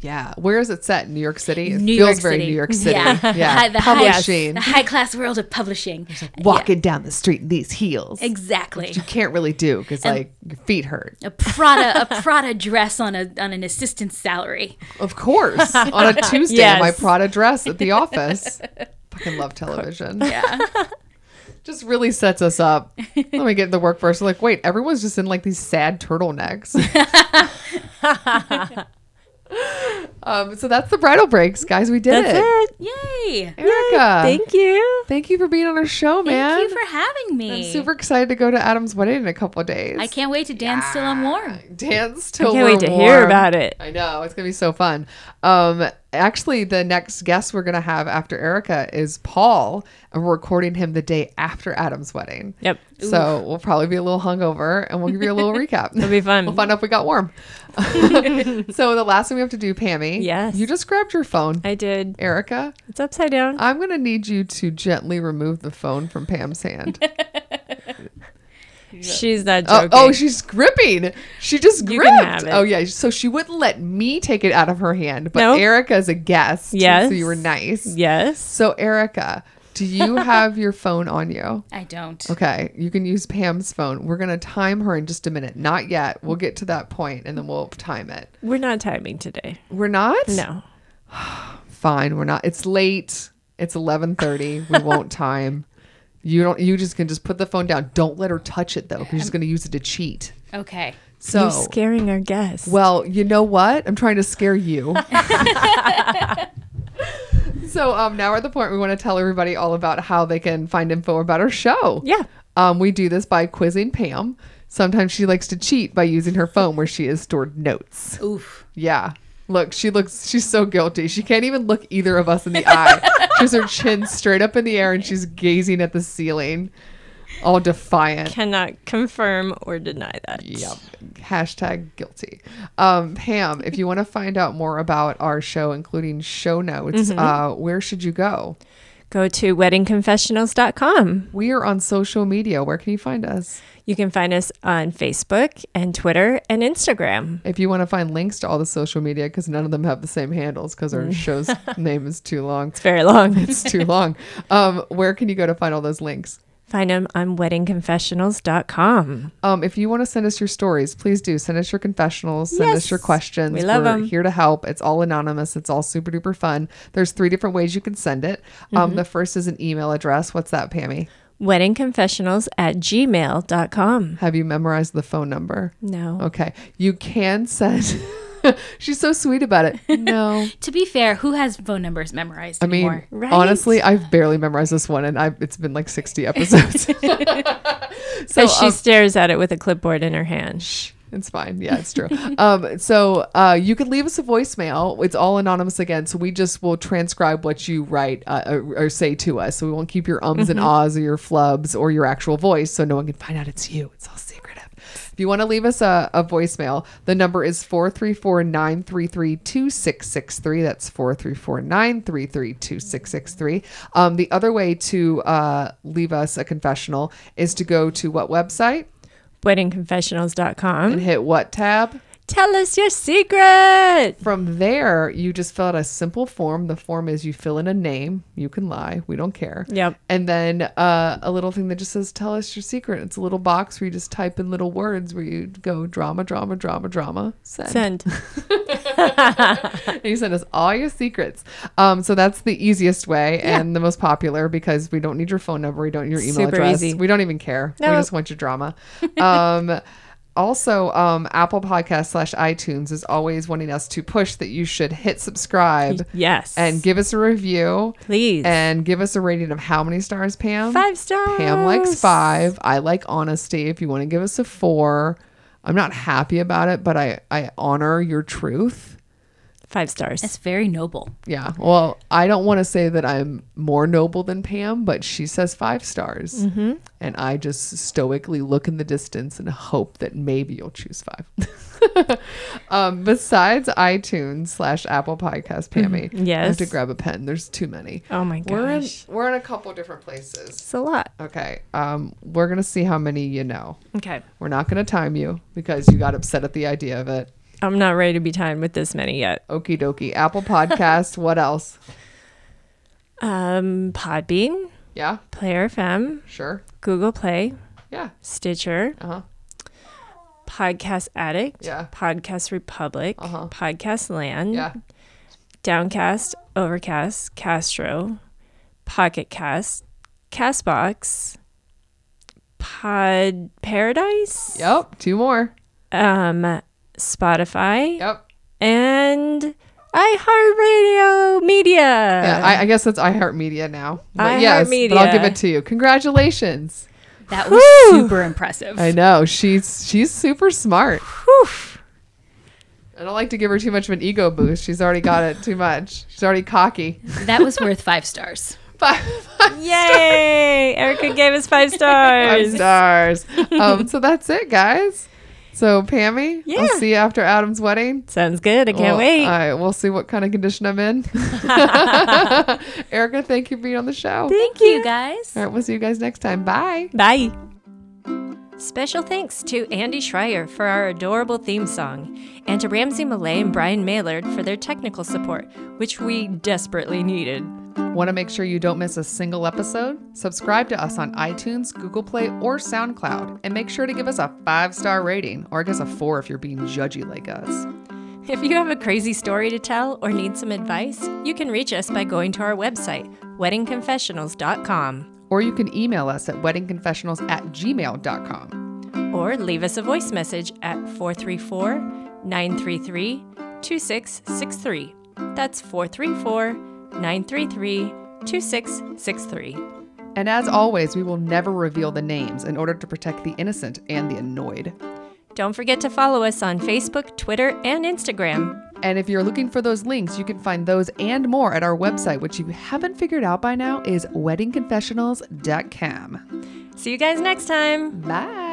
Speaker 2: Yeah. Where is it set? New York City? It
Speaker 1: New
Speaker 2: feels
Speaker 1: York
Speaker 2: very
Speaker 1: City.
Speaker 2: New York City.
Speaker 1: Yeah.
Speaker 2: Yeah.
Speaker 1: Hi- <laughs> the high-
Speaker 2: Publishing.
Speaker 1: The high class world of publishing. Yeah.
Speaker 2: Walking down the street in these heels.
Speaker 1: Exactly.
Speaker 2: You can't really do because like your feet hurt.
Speaker 1: A Prada, a Prada dress on a on an assistant's salary.
Speaker 2: Of
Speaker 1: <laughs>
Speaker 2: course. On a Tuesday in my
Speaker 3: Yes.
Speaker 2: Prada dress at the office. Fucking love television.
Speaker 1: Yeah.
Speaker 2: Just really sets
Speaker 3: <laughs>
Speaker 2: us up. Then we get to the workforce. We're like, wait, everyone's just in like these
Speaker 3: <laughs>
Speaker 2: sad turtlenecks. um, so that's the bridal breaks, guys. We did
Speaker 3: That's it.
Speaker 1: <laughs> Yay!
Speaker 2: Erica.
Speaker 3: Thank you.
Speaker 2: Thank you for being on our show, man.
Speaker 1: Thank you for having me.
Speaker 2: I'm super excited to go to Adam's wedding in a couple of days.
Speaker 1: I can't wait to dance till I'm warm.
Speaker 2: dance till
Speaker 3: Can't
Speaker 2: we're
Speaker 3: wait to hear
Speaker 2: warm.
Speaker 3: about it.
Speaker 2: I know it's gonna be so fun. Um, actually, the next guest we're gonna have after Erica is Paul, and we're recording him the day after Adam's wedding.
Speaker 3: Yep.
Speaker 2: So we'll probably be a little hungover, and we'll give you
Speaker 3: <laughs>
Speaker 2: a little recap. It'll
Speaker 3: be fun.
Speaker 2: We'll find out if we got
Speaker 3: <laughs>
Speaker 2: warm. so the last thing we have to do, Pammy.
Speaker 3: Yes.
Speaker 2: You just grabbed your phone,
Speaker 3: I did.
Speaker 2: Erica.
Speaker 3: It's upside
Speaker 1: Oh,
Speaker 3: down.
Speaker 2: I'm gonna need you to gently remove the phone from
Speaker 3: <laughs>
Speaker 2: Pam's hand.
Speaker 3: She's not
Speaker 2: Oh,
Speaker 3: joking.
Speaker 2: oh, she's gripping. She just
Speaker 3: You
Speaker 2: gripped.
Speaker 3: can have it.
Speaker 2: Oh yeah. So she wouldn't let me take it out of her hand, but
Speaker 3: No.
Speaker 2: Erica's a guest.
Speaker 3: Yes.
Speaker 2: So you were nice.
Speaker 3: yes.
Speaker 2: So Erica,
Speaker 3: <laughs>
Speaker 2: do you have your phone on you?
Speaker 1: I don't.
Speaker 2: Okay, you can use Pam's phone. We're gonna time her in just a minute. Not yet. We'll get to that point and then we'll time it.
Speaker 3: We're not timing today.
Speaker 2: We're not.
Speaker 3: No.
Speaker 2: Fine. We're not. It's late. It's eleven thirty. <laughs> We won't time. You don't. You just can just put the phone down. Don't let her touch it though. 'cause She's gonna use it to cheat.
Speaker 1: Okay.
Speaker 2: So
Speaker 3: You're scaring our guests.
Speaker 2: Well, you know what? I'm trying to scare <laughs> you. so um, now we're at the point we want to tell everybody all about how they can find info about our show.
Speaker 3: Yeah.
Speaker 2: Um, we do this by quizzing Pam. Sometimes she likes to cheat by using her phone where she has stored notes.
Speaker 1: Oof.
Speaker 2: Yeah. Look, she looks, she's so guilty. She can't even look either of us in the eye. She has her chin straight up in the air and she's gazing at the ceiling, all defiant.
Speaker 3: Cannot confirm or deny that.
Speaker 2: Yep. Hashtag guilty. Um, Pam, if you want to find out more about our show, including show notes, uh, where should you go?
Speaker 3: Go to weddingconfessionals.com.
Speaker 2: We are on social media. Where can you find us?
Speaker 3: You can find us on Facebook and Twitter and Instagram.
Speaker 2: If you want to find links to all the social media, because none of them have the same handles, because
Speaker 3: Mm. <laughs>
Speaker 2: our show's name is too long.
Speaker 3: It's very
Speaker 2: <laughs>
Speaker 3: long.
Speaker 2: It's too long. Um, where can you go to find all those links?
Speaker 3: Find them on weddingconfessionals.com.
Speaker 2: Um, if you want to send us your stories, please do send us your confessionals, send us
Speaker 3: Yes.
Speaker 2: your questions.
Speaker 3: We love
Speaker 2: We're
Speaker 3: 'em.
Speaker 2: here to help. It's all anonymous. It's all super duper fun. There's three different ways you can send it. Um,
Speaker 3: Mm-hmm.
Speaker 2: the first is an email address. What's that, Pammy?
Speaker 3: Weddingconfessionals at gmail.com.
Speaker 2: Have you memorized the phone number?
Speaker 3: No.
Speaker 2: Okay, you can send. <laughs> She's so sweet about it. No,
Speaker 1: To be fair, who has phone numbers memorized
Speaker 2: I mean,
Speaker 1: anymore?
Speaker 3: Right.
Speaker 2: honestly, I've barely memorized this one, and I've, it's been like 60 episodes. so
Speaker 3: As she
Speaker 2: um,
Speaker 3: stares at it with a clipboard in her hand.
Speaker 2: Shh, It's fine. Yeah, it's true. <laughs> um, so uh, you can leave us a voicemail. It's all anonymous again. So we just will transcribe what you write uh, or, or say to us. So we won't keep your ums and ahs or your flubs or your actual voice. So no one can find out it's you. It's all secretive. If you want to leave us a, a voicemail, the number is 434 933 2663. That's 434 933 2663. Um, The other way to uh, leave us a confessional is to go to what website?
Speaker 3: Weddingconfessionals.com.
Speaker 2: and hit what tab.
Speaker 3: Tell us your
Speaker 2: <laughs>
Speaker 3: secret.
Speaker 2: From there, you just fill out a simple form. The form is you fill in a name. You can lie. We don't care.
Speaker 3: Yep.
Speaker 2: And then uh, a little thing that just says, tell us your secret. It's a little box where you just type in little words where you go drama, drama, drama, drama, send.
Speaker 3: Send.
Speaker 2: And you send us all your secrets. Um, so that's the easiest way and the most popular because we don't need your phone number. We don't need your email
Speaker 3: Super
Speaker 2: address.
Speaker 3: easy.
Speaker 2: We don't even care.
Speaker 3: No.
Speaker 2: We just want your drama. Um, <laughs> also, um, Apple Podcast slash iTunes is always wanting us to push that you should hit subscribe
Speaker 3: Yes.
Speaker 2: and give us a review
Speaker 3: please.
Speaker 2: and give us a rating of how many stars, Pam?
Speaker 3: Five stars.
Speaker 2: Pam likes five. I like honesty. If you want to give us a four, I'm not happy about it, but I, I honor your truth.
Speaker 3: Five stars.
Speaker 1: That's very noble.
Speaker 2: Yeah. Well, I don't want to say that I'm more noble than Pam, but she says five stars. Mm-hmm. And I just stoically look in the distance and hope that maybe you'll
Speaker 3: <laughs>
Speaker 2: choose five. um, besides iTunes slash Apple Podcast, Pammy. I have
Speaker 3: Yes.
Speaker 2: to grab a pen. There's too many.
Speaker 3: Oh my
Speaker 2: We're in,
Speaker 3: gosh.
Speaker 2: we're in a couple different places.
Speaker 3: It's a lot.
Speaker 2: Okay. Um, we're going to see how many you know.
Speaker 3: Okay.
Speaker 2: We're not going to time you because you got upset at the idea of it.
Speaker 3: I'm not ready to be timed with this many yet.
Speaker 2: Okie dokie. Apple Podcast. what else?
Speaker 3: Um, Podbean,
Speaker 2: Yeah,
Speaker 3: Player FM,
Speaker 2: sure.
Speaker 3: Google Play,
Speaker 2: Yeah.
Speaker 3: Stitcher,
Speaker 2: Uh huh.
Speaker 3: Podcast Addict,
Speaker 2: Yeah.
Speaker 3: Podcast Republic,
Speaker 2: Uh-huh.
Speaker 3: Podcast Land,
Speaker 2: Yeah.
Speaker 3: Downcast, Overcast, Castro, Pocket Cast, Castbox, Pod Paradise,
Speaker 2: Yep. Two more.
Speaker 3: um, Spotify,
Speaker 2: Yep.
Speaker 3: and iHeartRadio Media.
Speaker 2: Yeah, I, I guess that's iHeartMedia now. But yes, but
Speaker 3: iHeartMedia.
Speaker 2: I'll give it to you. Congratulations.
Speaker 1: That was
Speaker 3: Whew.
Speaker 1: super impressive.
Speaker 2: I know she's she's super smart.
Speaker 3: Whew.
Speaker 2: I don't like to give her too much of an ego boost. She's already got it too much. She's already cocky. <laughs>
Speaker 1: that was worth five <laughs> stars.
Speaker 2: Five, <laughs>
Speaker 3: Yay! Erica gave us five stars.
Speaker 2: five stars.
Speaker 3: <laughs>
Speaker 2: Um, so that's it, guys. So Pammy,
Speaker 3: Yeah.
Speaker 2: I'll see you after Adam's wedding.
Speaker 3: Sounds good. I can't
Speaker 2: Well, uh,
Speaker 3: wait.
Speaker 2: I, we'll see what kind of condition I'm in.
Speaker 3: <laughs>
Speaker 2: <laughs> Erica, thank you for being on the show.
Speaker 1: Thank you, guys.
Speaker 2: All right, we'll see you guys next time. Bye.
Speaker 3: Bye. Special thanks to Andy Schreier for our adorable theme song, and to Ramsey Millay and Brian Maylard for their technical support, which we desperately needed.
Speaker 2: Want to make sure you don't miss a single episode? Subscribe to us on iTunes, Google Play, or SoundCloud, and make sure to give us a five star rating, or I guess a four if you're being judgy like us.
Speaker 3: If you have a crazy story to tell or need some advice, you can reach us by going to our website, weddingconfessionals.com,
Speaker 2: Or you can email us at weddingconfessionals at gmail.com.
Speaker 3: or leave us a voice message at 434 933 2663. That's 434 933 2663.
Speaker 2: And as always, we will never reveal the names in order to protect the innocent and the annoyed.
Speaker 3: Don't forget to follow us on Facebook, Twitter, and Instagram.
Speaker 2: And if you're looking for those links, you can find those and more at our website, which you haven't figured out by now is weddingconfessionals.com.
Speaker 3: See you guys next time.
Speaker 2: Bye.